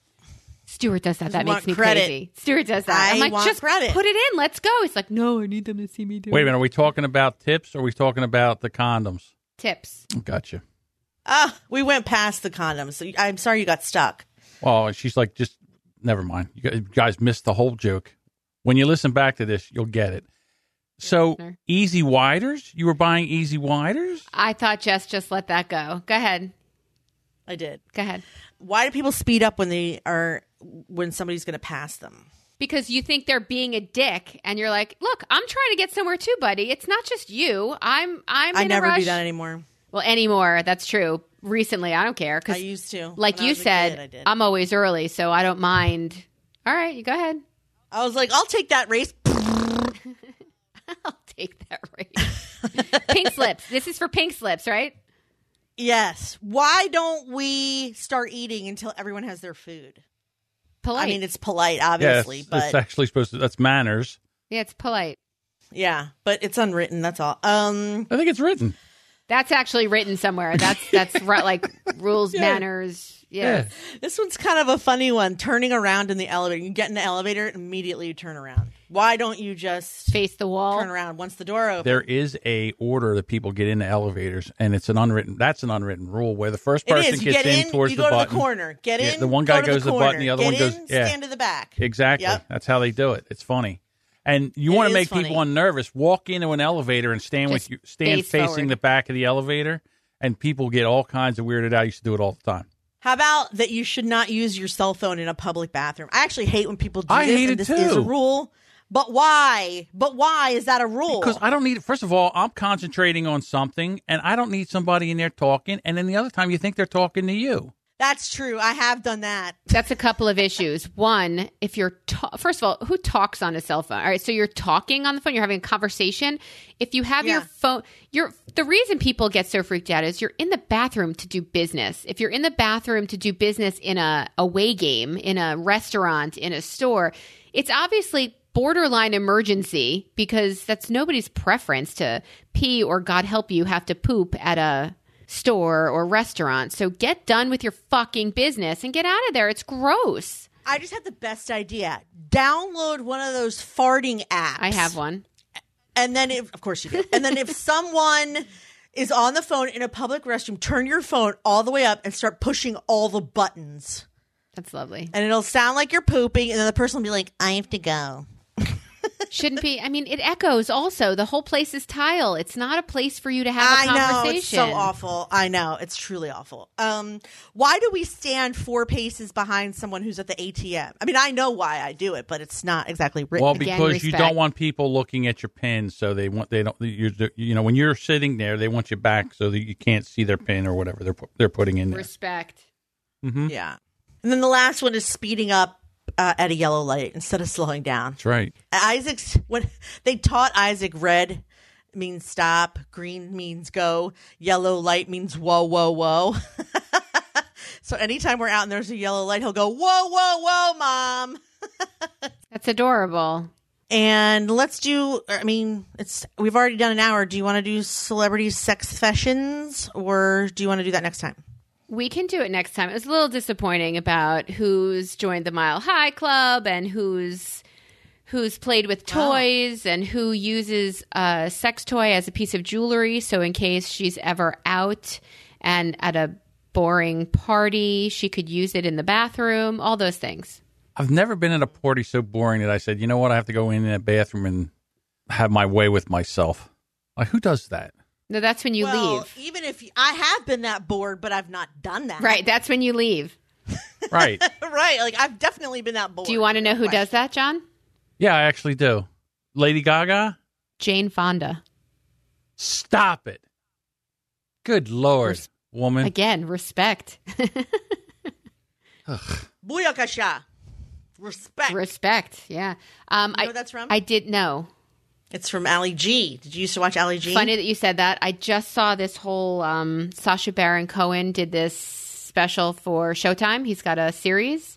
C: Stuart does that. That
B: want
C: makes me
B: credit.
C: crazy. Stuart does that.
B: I
C: am like,
B: want
C: just
B: credit.
C: put it in. Let's go. It's like, no, I need them to see me do
A: Wait a
C: it.
A: minute. Are we talking about tips or are we talking about the condoms?
C: Tips.
A: Gotcha.
B: Ah, we went past the condoms. So I'm sorry you got stuck.
A: Well, and she's like, just never mind. You guys- you guys missed the whole joke. When you listen back to this, you'll get it. So,
C: listener.
A: easy widers? You were buying easy widers?
C: I thought Jess just let that go. Go ahead.
B: I did.
C: Go ahead.
B: Why do people speed up when they are when somebody's going to pass them?
C: Because you think they're being a dick, and you're like, "Look, I'm trying to get somewhere too, buddy. It's not just you. I'm, I'm.
B: i
C: in a
B: never
C: rush."
B: do that anymore.
C: Well, anymore. That's true. Recently, I don't care
B: I
C: because,
B: used to.
C: like
B: When I
C: you
B: was a
C: said,
B: kid, I did.
C: I'm always early, so I don't mind. All right, you go ahead.
B: I was like, I'll take that race.
C: I'll take that race. pink slips. This is for pink slips, right?
B: Yes. Why don't we start eating until everyone has their food?
C: Polite.
B: I mean, it's polite,
A: Yeah,
B: obviously,
A: it's-
B: but
A: it's actually supposed to. That's manners.
C: yeah, it's polite.
B: yeah, but it's unwritten. That's all. Um,
A: I think it's written.
C: That's actually written somewhere. That's that's right, like rules,
A: Yeah.
C: manners. Yes.
B: This one's kind of a funny one. Turning around in the elevator. You get in the elevator, immediately you turn around. Why don't you just
C: face the wall.
B: turn around once the door opens?
A: There is a order that people get into elevators, and it's an unwritten. That's an unwritten rule where the first
B: It
A: person
B: is. You
A: gets
B: get in,
A: towards
B: you
A: the
B: go
A: button.
B: to the corner. Get
A: Yeah,
B: in.
A: the one guy
B: go to
A: goes to the
B: corner.
A: button, the other
B: Get
A: one goes-
B: in,
A: yeah.
B: Stand to the back.
A: Exactly.
B: Yep.
A: That's how they do it. It's funny. And you
B: It
A: want
B: is
A: to make
B: funny.
A: people unnervous. Walk into an elevator and stand
C: Just
A: with you stand
C: face
A: facing
C: forward.
A: the back of the elevator and people get all kinds of weirded out. I used to do it all the time.
B: How about that? You should not use your cell phone in a public bathroom. I actually hate when people do
A: I
B: this.
A: hate
B: and
A: it
B: this is a
A: too.
B: rule. But why? But why is that a rule?
A: Because I don't need first of all, I'm concentrating on something and I don't need somebody in there talking. And then the other time you think they're talking to you.
B: That's true. I have done that.
C: That's a couple of issues. One, if you're ta- first of all, who talks on a cell phone? All right, so you're talking on the phone, you're having a conversation. If you have your
B: Yeah.
C: phone, you're the reason people get so freaked out is you're in the bathroom to do business. If you're in the bathroom to do business in a away game, in a restaurant, in a store, it's obviously borderline emergency because that's nobody's preference to pee or God help you have to poop at a store or restaurant. So get done with your fucking business and get out of there. It's gross.
B: I just had the best idea. Download one of those farting apps.
C: I have one.
B: And then, if, of course, you do. And then, if someone is on the phone in a public restroom, turn your phone all the way up and start pushing all the buttons.
C: That's lovely.
B: And it'll sound like you're pooping. And then the person will be like, I have to go.
C: Shouldn't be. I mean, it echoes also. The whole place is tile. It's not a place for you to have a
B: I know. It's
C: conversation.
B: so awful. I know. It's truly awful. Um, why do we stand four paces behind someone who's at the ATM? I mean, I know why I do it, but it's not exactly written.
A: Well,
C: Again,
A: because you
C: respect.
A: don't want people looking at your pin, so they want they don't you you know when you're sitting there, they want you back so that you can't see their pin or whatever they're pu- they're putting in there.
C: Respect.
A: hmm
B: Yeah. And then the last one is speeding up uh, at a yellow light instead of slowing down.
A: That's right.
B: Isaac's when they taught Isaac red means stop, green means go, yellow light means whoa, whoa, whoa. so anytime we're out and there's a yellow light, he'll go, whoa, whoa, whoa, mom.
C: That's adorable.
B: And let's do. I mean, it's we've already done an hour. Do you want to do celebrity sex sessions, or do you want to do that next time?
C: We can do it next time. It was a little disappointing about who's joined the Mile High Club and who's who's played with toys and who uses a sex toy as a piece of jewelry. So in case she's ever out and at a boring party, she could use it in the bathroom. All those things.
A: I've never been at a party so boring that I said, you know what, I have to go in that bathroom and have my way with myself. Like, who does that?
C: No, that's when you
B: well,
C: leave.
B: even if you- I have been that bored, but I've not done that.
C: Right, that's when you leave.
A: Right.
B: right. Like I've definitely been that bored.
C: Do you want to know who
B: Right.
C: does that, John?
A: yeah, I actually do. Lady Gaga,
C: Jane Fonda.
A: stop it. Good Lord, woman.
C: Again, respect.
B: Booyakasha. Respect.
C: respect. Yeah. Um
B: you know
C: I
B: what that's from?
C: I did know.
B: it's from Ali G. Did you used to watch Ali G?
C: Funny that you said that. I just saw this whole um, Sasha Baron Cohen did this special for Showtime. He's got a series,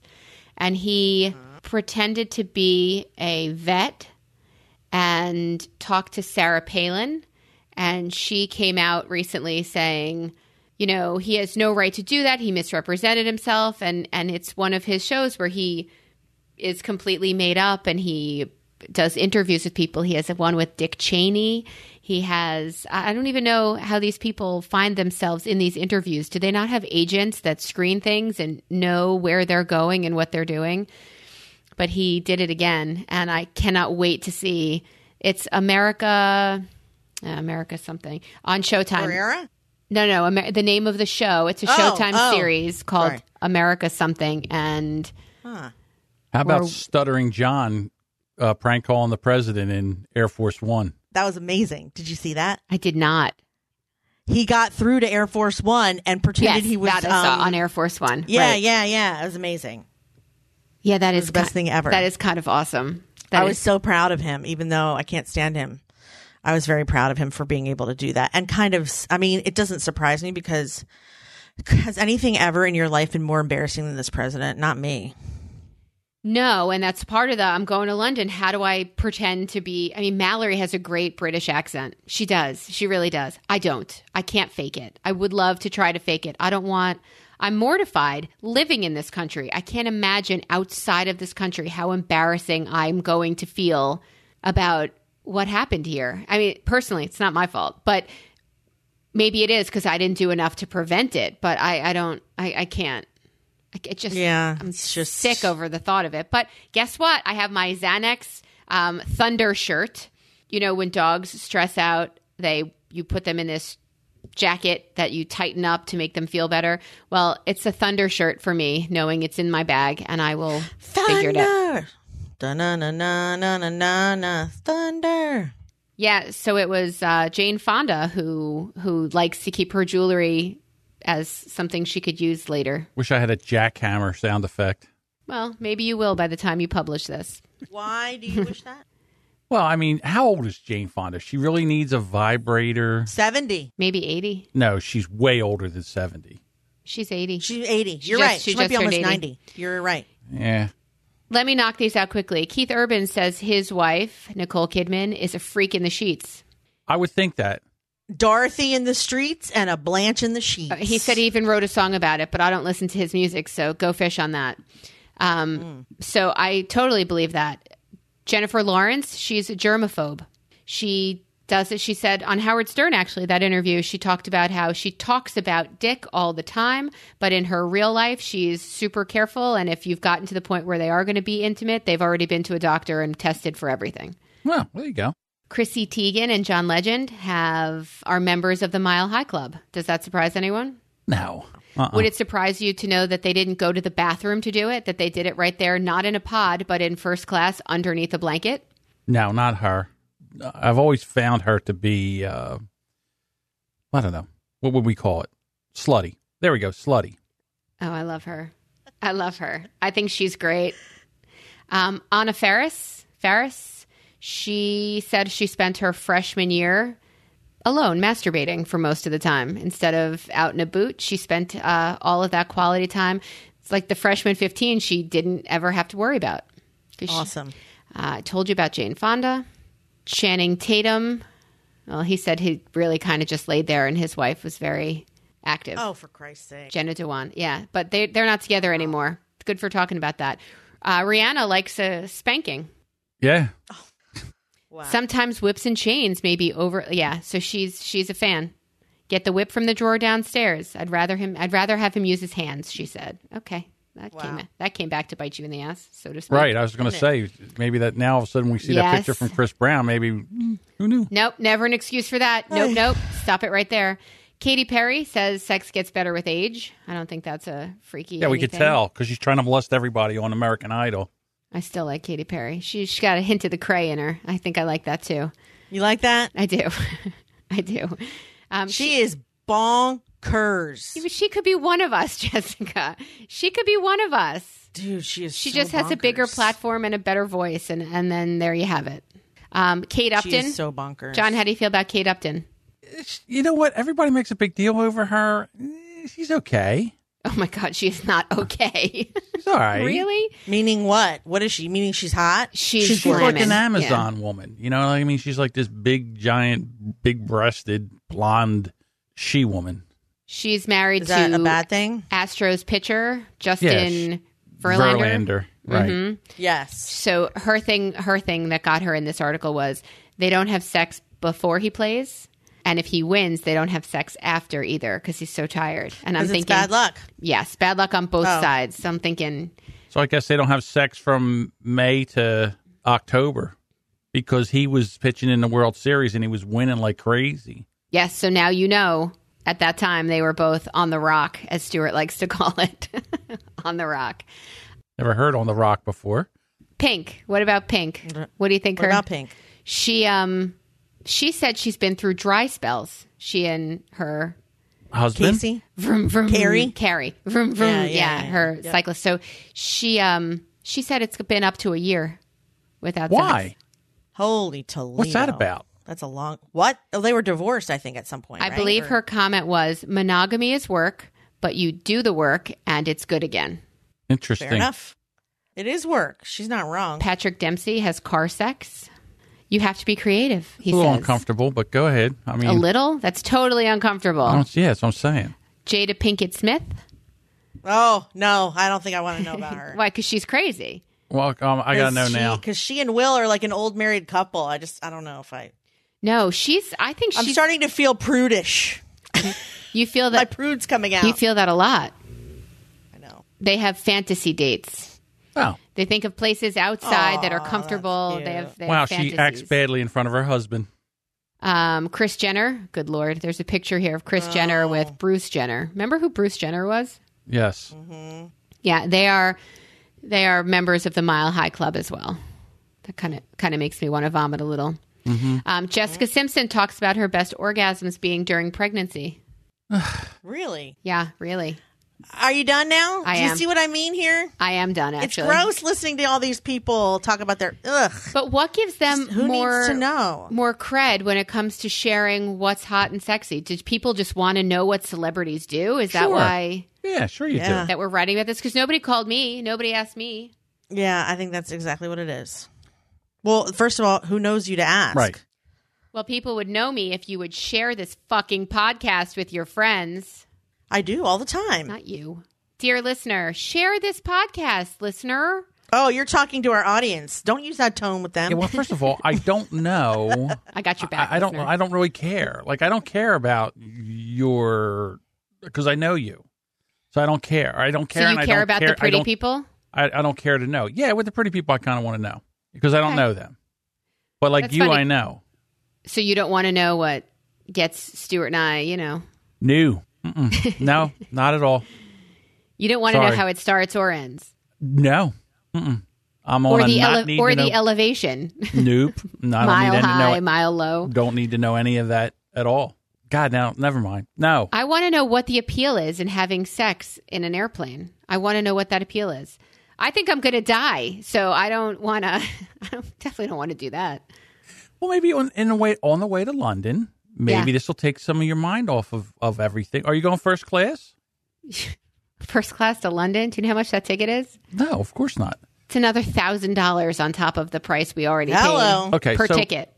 C: and he pretended to be a vet and talked to Sarah Palin, and she came out recently saying. You know, he has no right to do that. He misrepresented himself and and it's one of his shows where he is completely made up and he does interviews with people. He has one with Dick Cheney. He has, I I don't even know how these people find themselves in these interviews. Do they not have agents that screen things and know where they're going and what they're doing? But he did it again. And I cannot wait to see. It's America, uh, America something on Showtime.
B: Ferreira?
C: No, no, Amer- the name of the show. It's a
B: Oh,
C: Showtime
B: oh.
C: series called
B: Sorry.
C: America something. And
B: Huh.
A: How about
C: Or-
A: stuttering John uh, prank calling the president in Air Force One?
B: That was amazing. Did you see that?
C: I did not.
B: He got through to Air Force One and pretended
C: yes,
B: he was
C: that I saw
B: um,
C: on Air Force One.
B: Yeah,
C: Right.
B: yeah, yeah. It was amazing.
C: yeah, that
B: It was
C: is
B: the best
C: ki-
B: thing ever.
C: That is kind of awesome. That
B: I
C: is-
B: was so proud of him, even though I can't stand him. I was very proud of him for being able to do that. And kind of, I mean, it doesn't surprise me because has anything ever in your life been more embarrassing than this president? Not me.
C: No, and that's part of the I'm going to London. How do I pretend to be? I mean, Mallory has a great British accent. She does. She really does. I don't. I can't fake it. I would love to try to fake it. I don't want. I'm mortified living in this country. I can't imagine outside of this country how embarrassing I'm going to feel about what happened here. I mean, personally, it's not my fault, but maybe it is because I didn't do enough to prevent it. But I, I don't. I, I can't. I, it just
B: Yeah,
C: I'm
B: it's just-
C: sick over the thought of it. But guess what? I have my Xanax um, Thunder shirt. You know, when dogs stress out, they you put them in this jacket that you tighten up to make them feel better. Well, it's a Thunder shirt for me, knowing it's in my bag, and I will figure it out.
B: Thunder. Da na na na na na na na thunder.
C: Yeah, so it was uh, Jane Fonda who who likes to keep her jewelry as something she could use later.
A: Wish I had a jackhammer sound effect.
C: Well, maybe you will by the time you publish this.
B: Why do you wish that?
A: Well, I mean, how old is Jane Fonda? She really needs a vibrator.
B: Seventy.
C: Maybe 80.
A: No, she's way older than 70.
C: She's 80.
B: She's eighty.
C: She
B: You're
C: just-
B: right.
C: she
B: She, might be
C: just turned
B: almost
C: 80.
B: ninety. You're right.
A: Yeah.
C: Let me knock these out quickly. Keith Urban says his wife, Nicole Kidman, is a freak in the sheets.
A: I would think that.
B: Dorothy in the streets and a Blanche in the sheets.
C: Uh, He said he even wrote a song about it, but I don't listen to his music, so go fish on that. Um, So I totally believe that. Jennifer Lawrence, she's a germaphobe. She does it. She said on Howard Stern, actually, that interview, she talked about how she talks about dick all the time, but in her real life, she's super careful. And if you've gotten to the point where they are going to be intimate, they've already been to a doctor and tested for everything.
A: Well, there you go.
C: Chrissy Teigen and John Legend have are members of the Mile High Club. Does that surprise anyone?
A: No. Uh-uh.
C: Would it surprise you to know that they didn't go to the bathroom to do it? That they did it right there, not in a pod, but in first class underneath a blanket?
A: No, not her. I've always found her to be, uh, I don't know. What would we call it? Slutty. There we go. Slutty.
C: Oh, I love her. I love her. I think she's great. Um, Anna Ferris, Ferris, she said she spent her freshman year alone masturbating for most of the time instead of out in a boot. She spent uh, all of that quality time. It's like the freshman 15 she didn't ever have to worry about. 'Cause she-
B: awesome.
C: uh, I told you about Jane Fonda, Channing Tatum. Well, he said he really kind of just laid there, and his wife was very active.
B: Oh, for Christ's sake.
C: Jenna Dewan. Yeah, but they they're not together anymore. Good for talking about that. Uh, Rihanna likes a spanking.
A: Yeah.
B: Wow.
C: Sometimes whips and chains may be over. Yeah, so she's she's a fan. Get the whip from the drawer downstairs. I'd rather him. I'd rather have him use his hands. She said. Okay, that came that came back to bite you in the ass, so to speak.
A: Right. I was going to say, maybe that now all of a sudden we see that
C: Yes.
A: picture from Chris Brown. Maybe, mm, who knew?
C: Nope, never an excuse for that. Nope, nope. Stop it right there. Katy Perry says sex gets better with age. I don't think that's a freaky.
A: Yeah, we could
C: anything.
A: tell because she's trying to molest everybody on American Idol.
C: I still like Katy Perry. She she got a hint of the cray in her. I think I like that too.
B: You like that?
C: I do, I do. Um, she
B: She is bonkers.
C: she could be one of us, Jessica. She could be one of us.
B: Dude, she is
C: She
B: so
C: just has a bigger
B: bonkers.
C: platform and a better voice, and and then there you have it. Um, Kate
B: She
C: Upton.
B: is so bonkers.
C: John, how do you feel about Kate Upton?
A: It's- You know what? Everybody makes a big deal over her. Eh, She's okay.
C: Oh my God, she is not okay.
A: She's all right.
C: really?
B: Meaning what? What is she? Meaning she's hot?
C: She's,
A: She's like an
C: slamming.
A: Amazon woman. You know what I mean? She's like this big, giant, big breasted, blonde she woman.
C: She's married
B: Is that
C: to
B: a bad thing?
C: Astros pitcher
A: Yes.
C: Justin Verlander. Mm-hmm.
A: Right.
B: Yes.
C: So her thing, her thing that got her in this article was they don't have sex before he plays, and if he wins, they don't have sex after either because he's so tired. And I'm
B: Because
C: thinking,
B: it's bad luck.
C: yes, bad luck on both
B: Oh.
C: sides. So I'm thinking,
A: So I guess they don't have sex from May to October because he was pitching in the World Series and he was winning like crazy.
C: yes. So now you know. At that time, they were both on the rock, as Stuart likes to call it, on the rock.
A: Never heard on the rock before.
C: Pink. What about Pink? What do you think?
B: What
C: her
B: about pink?
C: She um she said she's been through dry spells. She and her
A: Husband.
B: Casey?
C: vroom vroom
B: Carrie?
C: Carrie vroom vroom yeah,
B: Yeah, yeah, yeah,
C: her
B: yeah.
C: cyclist. So she um she said it's been up to a year without
A: Why?
C: sex.
B: Holy Toledo.
A: What's that about?
B: That's a long. What? Oh, they were divorced, I think, at some point.
C: I
B: right?
C: believe
B: Or-
C: her comment was monogamy is work, but you do the work and it's good again.
A: Interesting.
B: Fair enough. It is work. She's not wrong.
C: Patrick Dempsey has car sex. You have to be creative. He
A: a little
C: says
A: uncomfortable, but go ahead. I mean,
C: a little. That's totally
A: I
C: uncomfortable.
A: don't, yeah, that's what I'm saying.
C: Jada Pinkett Smith.
B: Oh no, I don't think I want to know about her.
C: Why? Because she's crazy.
A: Well, um, I gotta know now.
B: because she and Will are like an old married couple. I just I don't know if I.
C: No, she's. I think
B: I'm
C: she's.
B: starting to feel prudish.
C: you feel
B: My
C: that.
B: prude's coming out.
C: You feel that a lot.
B: I know.
C: They have fantasy dates.
A: Oh,
C: They think of places outside that are comfortable.
B: cute.
C: They have. They
A: wow,
C: have
A: she acts
C: fantasies.
A: badly in front of her husband.
C: Um, Chris Jenner. Good lord, there's a picture here of Chris Jenner
B: Oh.
C: with Bruce Jenner. Remember who Bruce Jenner was?
A: Yes,
C: Yeah, they are. They are members of the Mile High Club as well. That kind of kind of makes me want to vomit a little.
A: Mm-hmm.
C: Um, Jessica Simpson talks about her best orgasms being during pregnancy.
B: Really?
C: Yeah, really.
B: Are you done now?
C: I
B: Do you
C: am.
B: see what I mean here?
C: I am done.
B: It's
C: Actually,
B: gross listening to all these people talk about their ugh.
C: But what gives them
B: Who
C: more
B: needs to know?
C: more cred when it comes to sharing what's hot and sexy? Did people just want to know what celebrities do? Is that
A: Sure.
C: why
A: yeah, sure you
B: Yeah.
A: do.
C: that we're writing about this? Because nobody called me, nobody asked me.
B: Yeah, I think that's exactly what it is. Well, first of all, who knows you to ask?
A: Right.
C: Well, people would know me if you would share this fucking podcast with your friends.
B: I do all the time.
C: Not you, dear listener. Share this podcast, listener.
B: Oh, you're talking to our audience. Don't use that tone with them.
A: Yeah, well, first of all, I don't know.
C: I got your back.
A: I, I don't.
C: listener.
A: I don't really care. Like I don't care about your because I know you, so I don't care. I don't care.
C: so you
A: and I
C: care
A: don't
C: about
A: care-
C: the
A: I
C: pretty
A: don't-
C: people?
A: I, I don't care to know. Yeah, with the pretty people, I kind of want to know because I don't
C: Okay.
A: know them. But like
C: That's
A: you,
C: funny.
A: I know.
C: So you don't want to know what gets Stuart and I, you know.
A: New. Mm-mm. no, not at all.
C: You don't want to know
A: Sorry.
C: how it starts or ends.
A: No. Mm-mm. I'm on
C: or
A: a
C: the
A: not
C: ele-
A: need
C: or
A: to
C: the
A: know.
C: elevation
A: nope. No, I don't need
C: mile
A: any to know
C: high
A: it.
C: mile low
A: Don't need to know any of that at all. God, now never mind. No.
C: i want to know what the appeal is in having sex in an airplane i want to know what that appeal is i think i'm going to die so i don't want to i don't, definitely don't want to do that
A: Well, maybe on in a way on the way to London. Maybe
C: Yeah.
A: this will take some of your mind off of, of everything. Are you going first class?
C: first class to london do you know how much that ticket is
A: No, of course not.
C: it's another thousand dollars on top of the price we already
B: Hello.
C: paid
A: Okay,
C: per
A: so-
C: ticket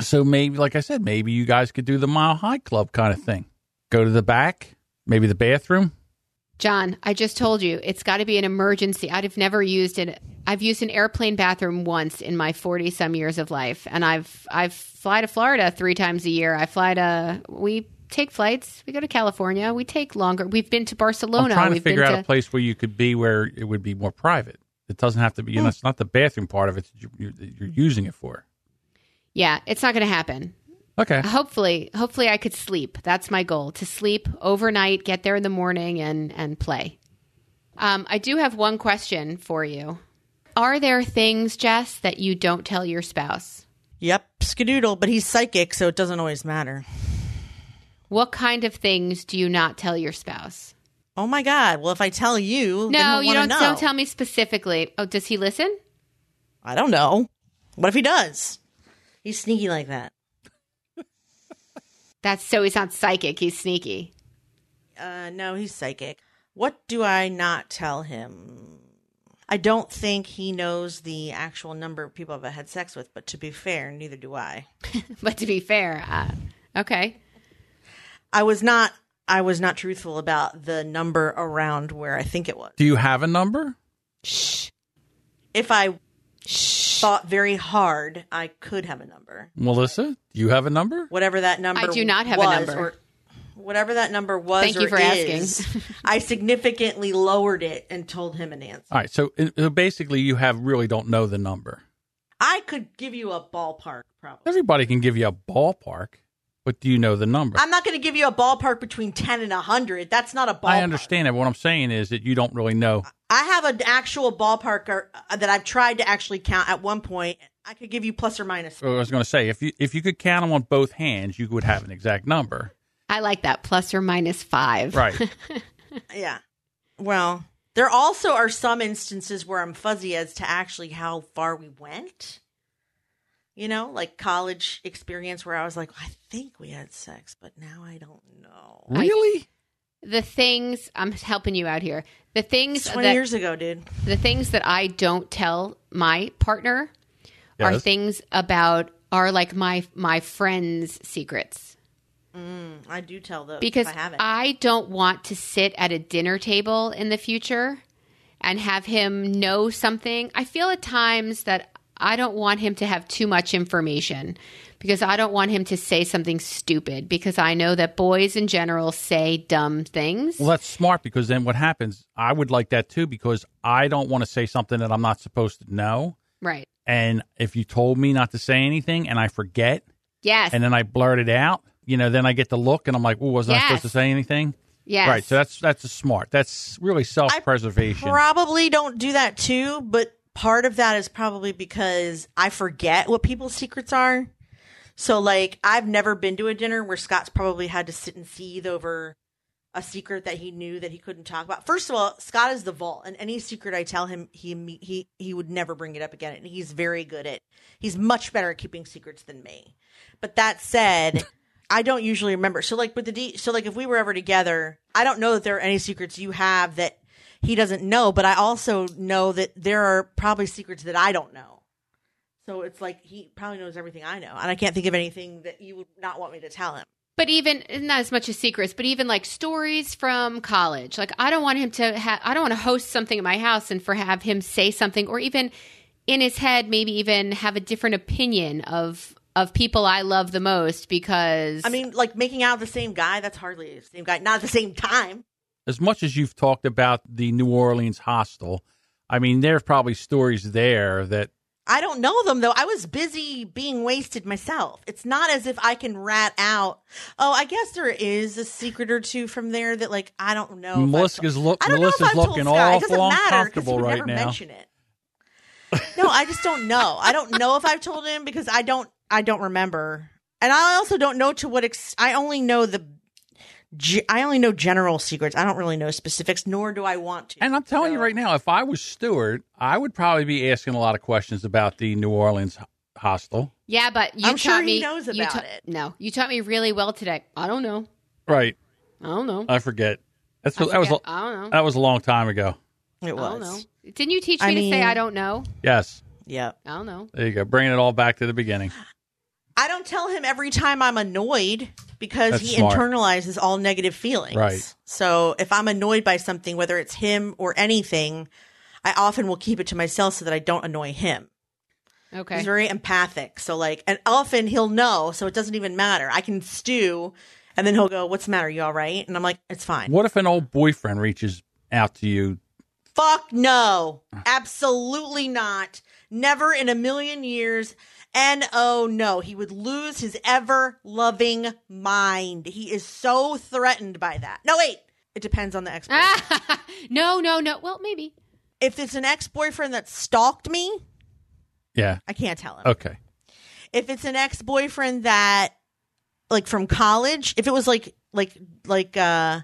A: So maybe, like I said, maybe you guys could do the mile high club kind of thing. Go to the back, maybe the bathroom.
C: John, I just told you it's got to be an emergency. I'd have never used an I've used an airplane bathroom once in my 40 some years of life and I've I've fly to Florida 3 times a year. I fly to we take flights. We go to California. We take longer. We've been to
A: I'm
C: Barcelona.
A: trying to
C: Oh, We've
A: figure
C: been
A: out a place where you could be where it would be more private. It doesn't have to be. You
C: Hmm.
A: know, it's not the bathroom part of it that you're, you're, you're using it for.
C: Yeah, it's not going to happen.
A: Okay.
C: Hopefully, hopefully I could sleep. That's my goal, to sleep overnight, get there in the morning and and play. Um, I do have one question for you. Are there things, Jess, that you don't tell your spouse?
B: Yep, Skadoodle, but he's psychic, so it doesn't always matter.
C: What kind of things do you not tell your spouse?
B: Oh my God! Well, if I tell you, then
C: No,
B: he'll
C: you
B: wanna
C: don't.
B: Know.
C: Don't tell me specifically. Oh, does he listen?
B: I don't know. What if he does? He's sneaky like that.
C: That's so he's not psychic. He's sneaky.
B: Uh, no, he's psychic. What do I not tell him? I don't think he knows the actual number of people I've had sex with, but to be fair, neither do I.
C: But to be fair, uh, okay.
B: I was not. I was not truthful about the number around where I think it was.
A: Do you have a number?
B: If I thought very hard, I could have a number.
A: Melissa, do you have a number?
B: whatever that number.
C: do not have a
B: was,
C: number.
B: Or whatever that number was.
C: Thank you
B: or
C: for
B: is, I significantly lowered it and told him an answer.
A: All right. So, uh, so basically, you have really don't know the number.
B: I could give you a ballpark, probably.
A: Everybody can give you a ballpark, but do you know the number?
B: I'm not going to give you a ballpark between ten and hundred. That's not a ballpark.
A: I understand that. What I'm saying is that you don't really know.
B: I have an actual ballpark or, uh, that I've tried to actually count at one point. I could give you plus or minus.
A: I was going to say if you if you could count them on both hands, you would have an exact number,
C: I like that plus or minus five.
A: right?
B: Yeah. Well, there also are some instances where I'm fuzzy as to actually how far we went. You know, like college experience where I was like, I think we had sex, but now I don't know.
A: really?
C: The things I'm helping you out here. The things
B: Twenty
C: that
B: years ago, dude.
C: the things that I don't tell my partner are
A: Yes.
C: things about are like my my friends' secrets
B: I do tell those
C: because
B: if I haven't.
C: I don't want to sit at a dinner table in the future and have him know something. I feel at times that I don't want him to have too much information because I don't want him to say something stupid because I know that boys in general say dumb things.
A: Well, that's smart because then what happens? I would like that too because I don't want to say something that I'm not supposed to know.
C: Right.
A: And if you told me not to say anything and I forget
C: Yes.
A: and then I blurt it out, you know, then I get the look and I'm like, "Oh, wasn't I
C: Yes.
A: supposed to say anything?"
C: yes.
A: Right. So that's that's a smart. That's really self-preservation.
B: probably don't do that too, but part of that is probably because I forget what people's secrets are. So like I've never been to a dinner where Scott's probably had to sit and seethe over a secret that he knew that he couldn't talk about. First of all, Scott is the vault, and any secret I tell him, he imme- he he would never bring it up again, and he's very good at. He's much better at keeping secrets than me. But that said, I don't usually remember. So like with the D, so like if we were ever together, I don't know that there are any secrets you have that he doesn't know, but I also know that there are probably secrets that I don't know. So it's like he probably knows everything I know, and I can't think of anything that you would not want me to tell him.
C: but even not as much as secrets, but even like stories from college. Like I don't want him to. Ha- I don't want to host something at my house and for have him say something, or even in his head, maybe even have a different opinion of of people I love the most because
B: I mean, like making out with the same guy, that's hardly the same guy, not at the same time.
A: as much as you've talked about the New Orleans hostel, I mean, there's probably stories there that
B: I don't know them though. I was busy being wasted myself. It's not as if I can rat out. Oh, I guess there is a secret or two from there that like I don't know. if I've
A: Melissa's
B: told-
A: look-
B: I don't know if
A: Melissa's
B: I've told
A: looking
B: Scott. It
A: awful
B: doesn't matter, 'cause
A: uncomfortable
B: he would
A: right
B: never
A: now.
B: Mention it. No, I just don't know. I don't know if I've told him because I don't. I don't remember, and I also don't know to what. Ex- I only know the. ge- I only know general secrets. I don't really know specifics, nor do I want to.
A: And I'm telling you right now, if I was Stewart, I would probably be asking a lot of questions about the New Orleans ho- hostel.
C: yeah. But you
B: I'm
C: taught
B: sure he
C: me
B: knows
C: you
B: about
C: ta-
B: it.
C: No, you taught me really well today. I don't know.
A: Right.
C: I don't know.
A: I forget. That's
C: I
A: what, Uh, that was.
C: forget.
A: a-
C: I don't know.
A: That was a long time ago.
B: It
C: I don't know.
B: was.
C: Didn't you teach me
B: I
C: to
B: mean-
C: say I don't know?
A: Yes.
B: Yeah.
C: I don't know.
A: There you go. Bringing it all back to the beginning.
B: I don't tell him every time I'm annoyed because
A: That's
B: he
A: smart.
B: internalizes all negative feelings.
A: Right.
B: So if I'm annoyed by something, whether it's him or anything, I often will keep it to myself so that I don't annoy him.
C: Okay.
B: He's very empathic. So like, and often he'll know, so it doesn't even matter. I can stew, and then he'll go, "What's the matter? You all right?" And I'm like, "It's fine."
A: What if an old boyfriend reaches out to you?
B: Fuck no. Absolutely not. Never in a million years. And oh no, he would lose his ever loving mind. He is so threatened by that. No, wait. It depends on the ex
C: Ah!
B: boyfriend.
C: no, no, no. Well, maybe.
B: If it's an ex boyfriend that stalked me,
A: Yeah.
B: I can't tell him.
A: Okay.
B: If it's an ex boyfriend that, like from college, if it was like, like, like, uh,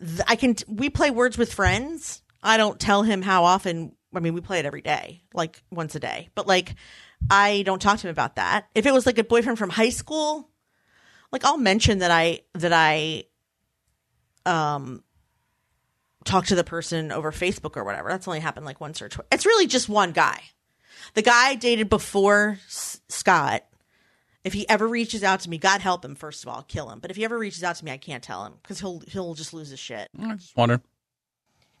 B: th- I can, t- we play words with friends. I don't tell him how often. I mean, we play it every day, like once a day, but like I don't talk to him about that. If it was like a boyfriend from high school, like I'll mention that I, that I, um, talk to the person over Facebook or whatever. That's only happened like once or twice. It's really just one guy. The guy I dated before S- Scott. If he ever reaches out to me, God help him. First of all, kill him. But if he ever reaches out to me, I can't tell him because he'll he'll just lose his shit.
A: I just wonder.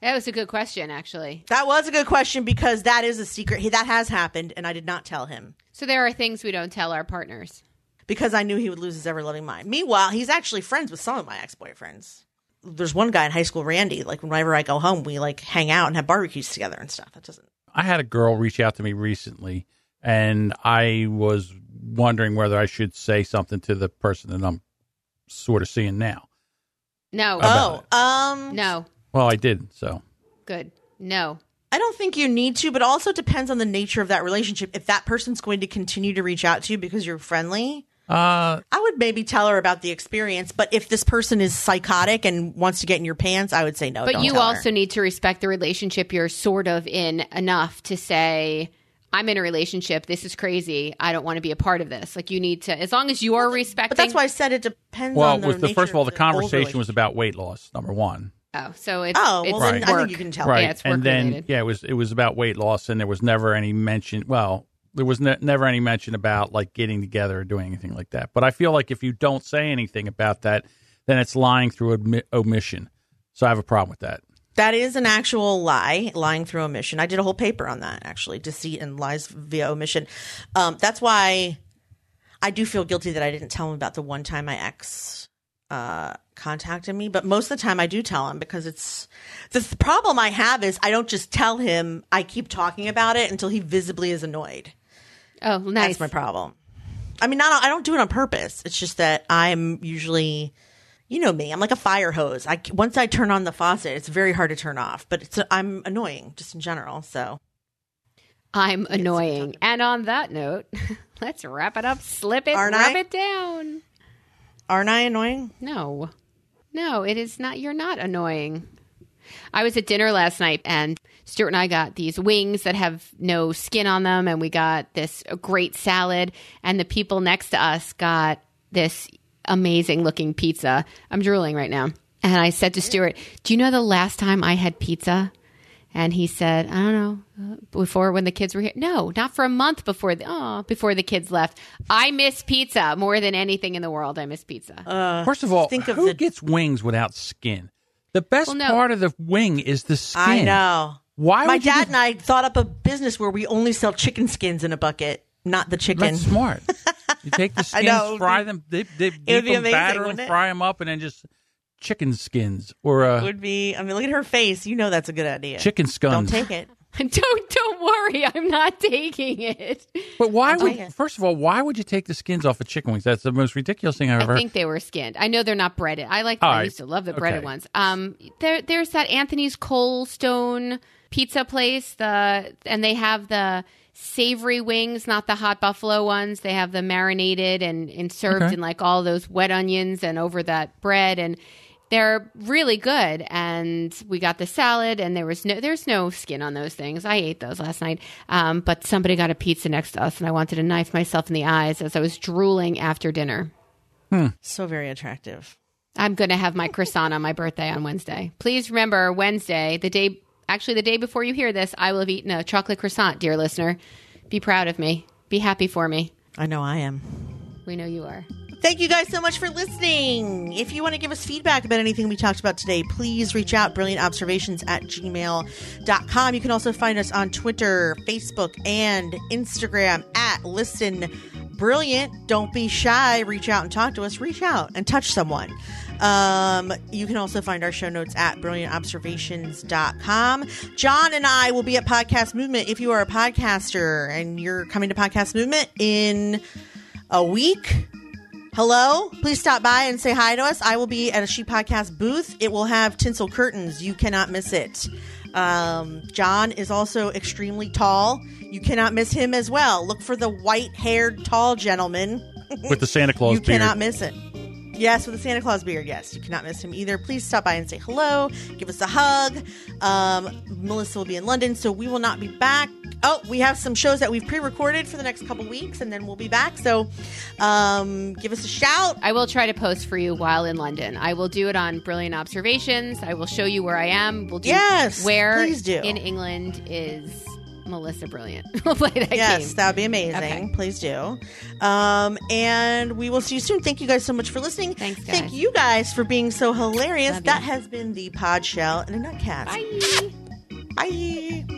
C: That was a good question, actually.
B: That was a good question because that is a secret. He, that has happened, and I did not tell him
C: So there are things we don't tell our partners.
B: because I knew he would lose his ever loving mind. Meanwhile, he's actually friends with some of my ex boyfriends. There's one guy in high school, Randy. Like whenever I go home, we like hang out and have barbecues together and stuff. That doesn't.
A: I had a girl reach out to me recently, and I was wondering whether I should say something to the person that I'm sort of seeing now.
C: No.
B: Oh,
A: about
B: um,
C: No.
A: Well, I did. So
C: Good. No.
B: I don't think you need to, but it also depends on the nature of that relationship. If that person's going to continue to reach out to you because you're friendly,
A: uh,
B: I would maybe tell her about the experience. But if this person is psychotic and wants to get in your pants, I would say no.
C: But
B: don't
C: you
B: tell her.
C: also need to respect the relationship you're sort of in enough to say, I'm in a relationship. This is crazy. I don't want to be a part of this. Like, you need to, as long as you're respecting.
B: But that's why I said it depends
A: well,
B: on
A: it
B: the
A: was the
B: nature
A: first of all the
B: old
A: conversation was
B: relationship.
A: about weight loss. Number one,
C: Oh, so it's
B: Oh,
C: it's
B: well, then I
C: work.
B: think you can tell.
A: right?
C: Yeah, it's
A: and then
C: work-related.
A: yeah, it was it was about weight loss, and there was never any mention. Well, there was ne- never any mention about like getting together or doing anything like that. But I feel like if you don't say anything about that, then it's lying through admi- omission. So I have a problem with that.
B: That is an actual lie, lying through omission. I did a whole paper on that, actually, deceit and lies via omission. Um, that's why I do feel guilty that I didn't tell him about the one time my ex uh, contacted me. But most of the time, I do tell him because it's the th- problem I have is I don't just tell him. I keep talking about it until he visibly is annoyed.
C: oh, nice.
B: That's my problem. I mean, not I don't do it on purpose. It's just that I'm usually, you know me, I'm like a fire hose. I once I turn on the faucet, it's very hard to turn off. But it's I'm annoying just in general. So
C: I'm annoying. And on that note, let's wrap it up. Slip it,
B: Aren't
C: rub
B: I?
C: it down.
B: aren't I annoying?
C: No. No, it is not. You're not annoying. I was at dinner last night and Stuart and I got these wings that have no skin on them and we got this great salad and the people next to us got this amazing looking pizza. I'm drooling right now. And I said to Stuart, "Do you know the last time I had pizza?" And he said, "I don't know, uh, before when the kids were here. No, not for a month before the oh, before the kids left. I miss pizza more than anything in the world. I miss pizza."
A: First of all,
B: think of
A: who
B: the-
A: gets wings without skin? The best
C: Well, no.
A: part of the wing is the skin.
B: I know.
A: Why
B: My
A: would you
B: dad
A: just-
B: and I thought up a business where we only sell chicken skins in a bucket, not the chicken.
A: That's smart. You take the skins,
B: know.
A: fry them, dip, dip,
B: would
A: dip
B: be
A: them,
B: amazing,
A: batter them,
B: wouldn't it?
A: fry them up, and then just chicken skins or uh,
B: would be. I mean, look at her face. You know that's a good idea.
A: chicken
B: Don't
A: scuns.
B: take it.
C: don't don't worry, I'm not taking it.
A: But why
B: Don't
A: would
B: take it.
A: first of all, why would you take the skins off of chicken wings? That's the most ridiculous thing I've ever.
C: I
A: heard.
C: think they were skinned. I know they're not breaded. I like.
A: All
C: I
A: right.
C: used to love the breaded
A: Okay.
C: ones. Um, there there's that Anthony's Coalstone pizza place. The and they have the savory wings, not the hot buffalo ones. They have the marinated and and served
A: Okay.
C: in like all those wet onions and over that bread and. They're really good, and we got the salad, and there was no there's no skin on those things. I ate those last night, um, but somebody got a pizza next to us, and I wanted to knife myself in the eyes as I was drooling after dinner.
B: So very attractive.
C: I'm going to have my croissant on my birthday on Wednesday. Please remember Wednesday, the day, actually, the day before you hear this, I will have eaten a chocolate croissant, dear listener. Be proud of me. Be happy for me.
B: I know I am.
C: We know you are.
B: Thank you guys so much for listening. If you want to give us feedback about anything we talked about today, please reach out brilliantobservations at gmail.com. You can also find us on Twitter, Facebook, and Instagram at listen brilliant. Don't be shy. Reach out and talk to us. Reach out and touch someone. Um, you can also find our show notes at brilliantobservations.com. John and I will be at Podcast Movement if you are a podcaster and you're coming to Podcast Movement in a week. Hello, please stop by and say hi to us. I will be at a She Podcast booth. It will have tinsel curtains. You cannot miss it. Um, John is also extremely tall. You cannot miss him as well. Look for the white haired tall gentleman.
A: With the Santa Claus
B: you
A: beard.
B: cannot miss it. Yes, with the Santa Claus beard. Yes, you cannot miss him either. Please stop by and say hello. Give us a hug. Um, Melissa will be in London, so we will not be back. Oh, we have some shows that we've pre-recorded for the next couple weeks, and then we'll be back. So, um, give us a shout.
C: I will try to post for you while in London. I will do it on Brilliant Observations. I will show you where I am. We'll do
B: Yes,
C: where
B: please do.
C: in England is Melissa Brilliant. we'll play that
B: yes,
C: game.
B: that would be amazing.
C: Okay.
B: Please do. Um, and we will see you soon. Thank you guys so much for listening.
C: Thanks, guys.
B: Thank you guys for being so hilarious.
C: Love you.
B: that has been the Pod Shell and a Nutcast.
C: Bye.
B: Bye.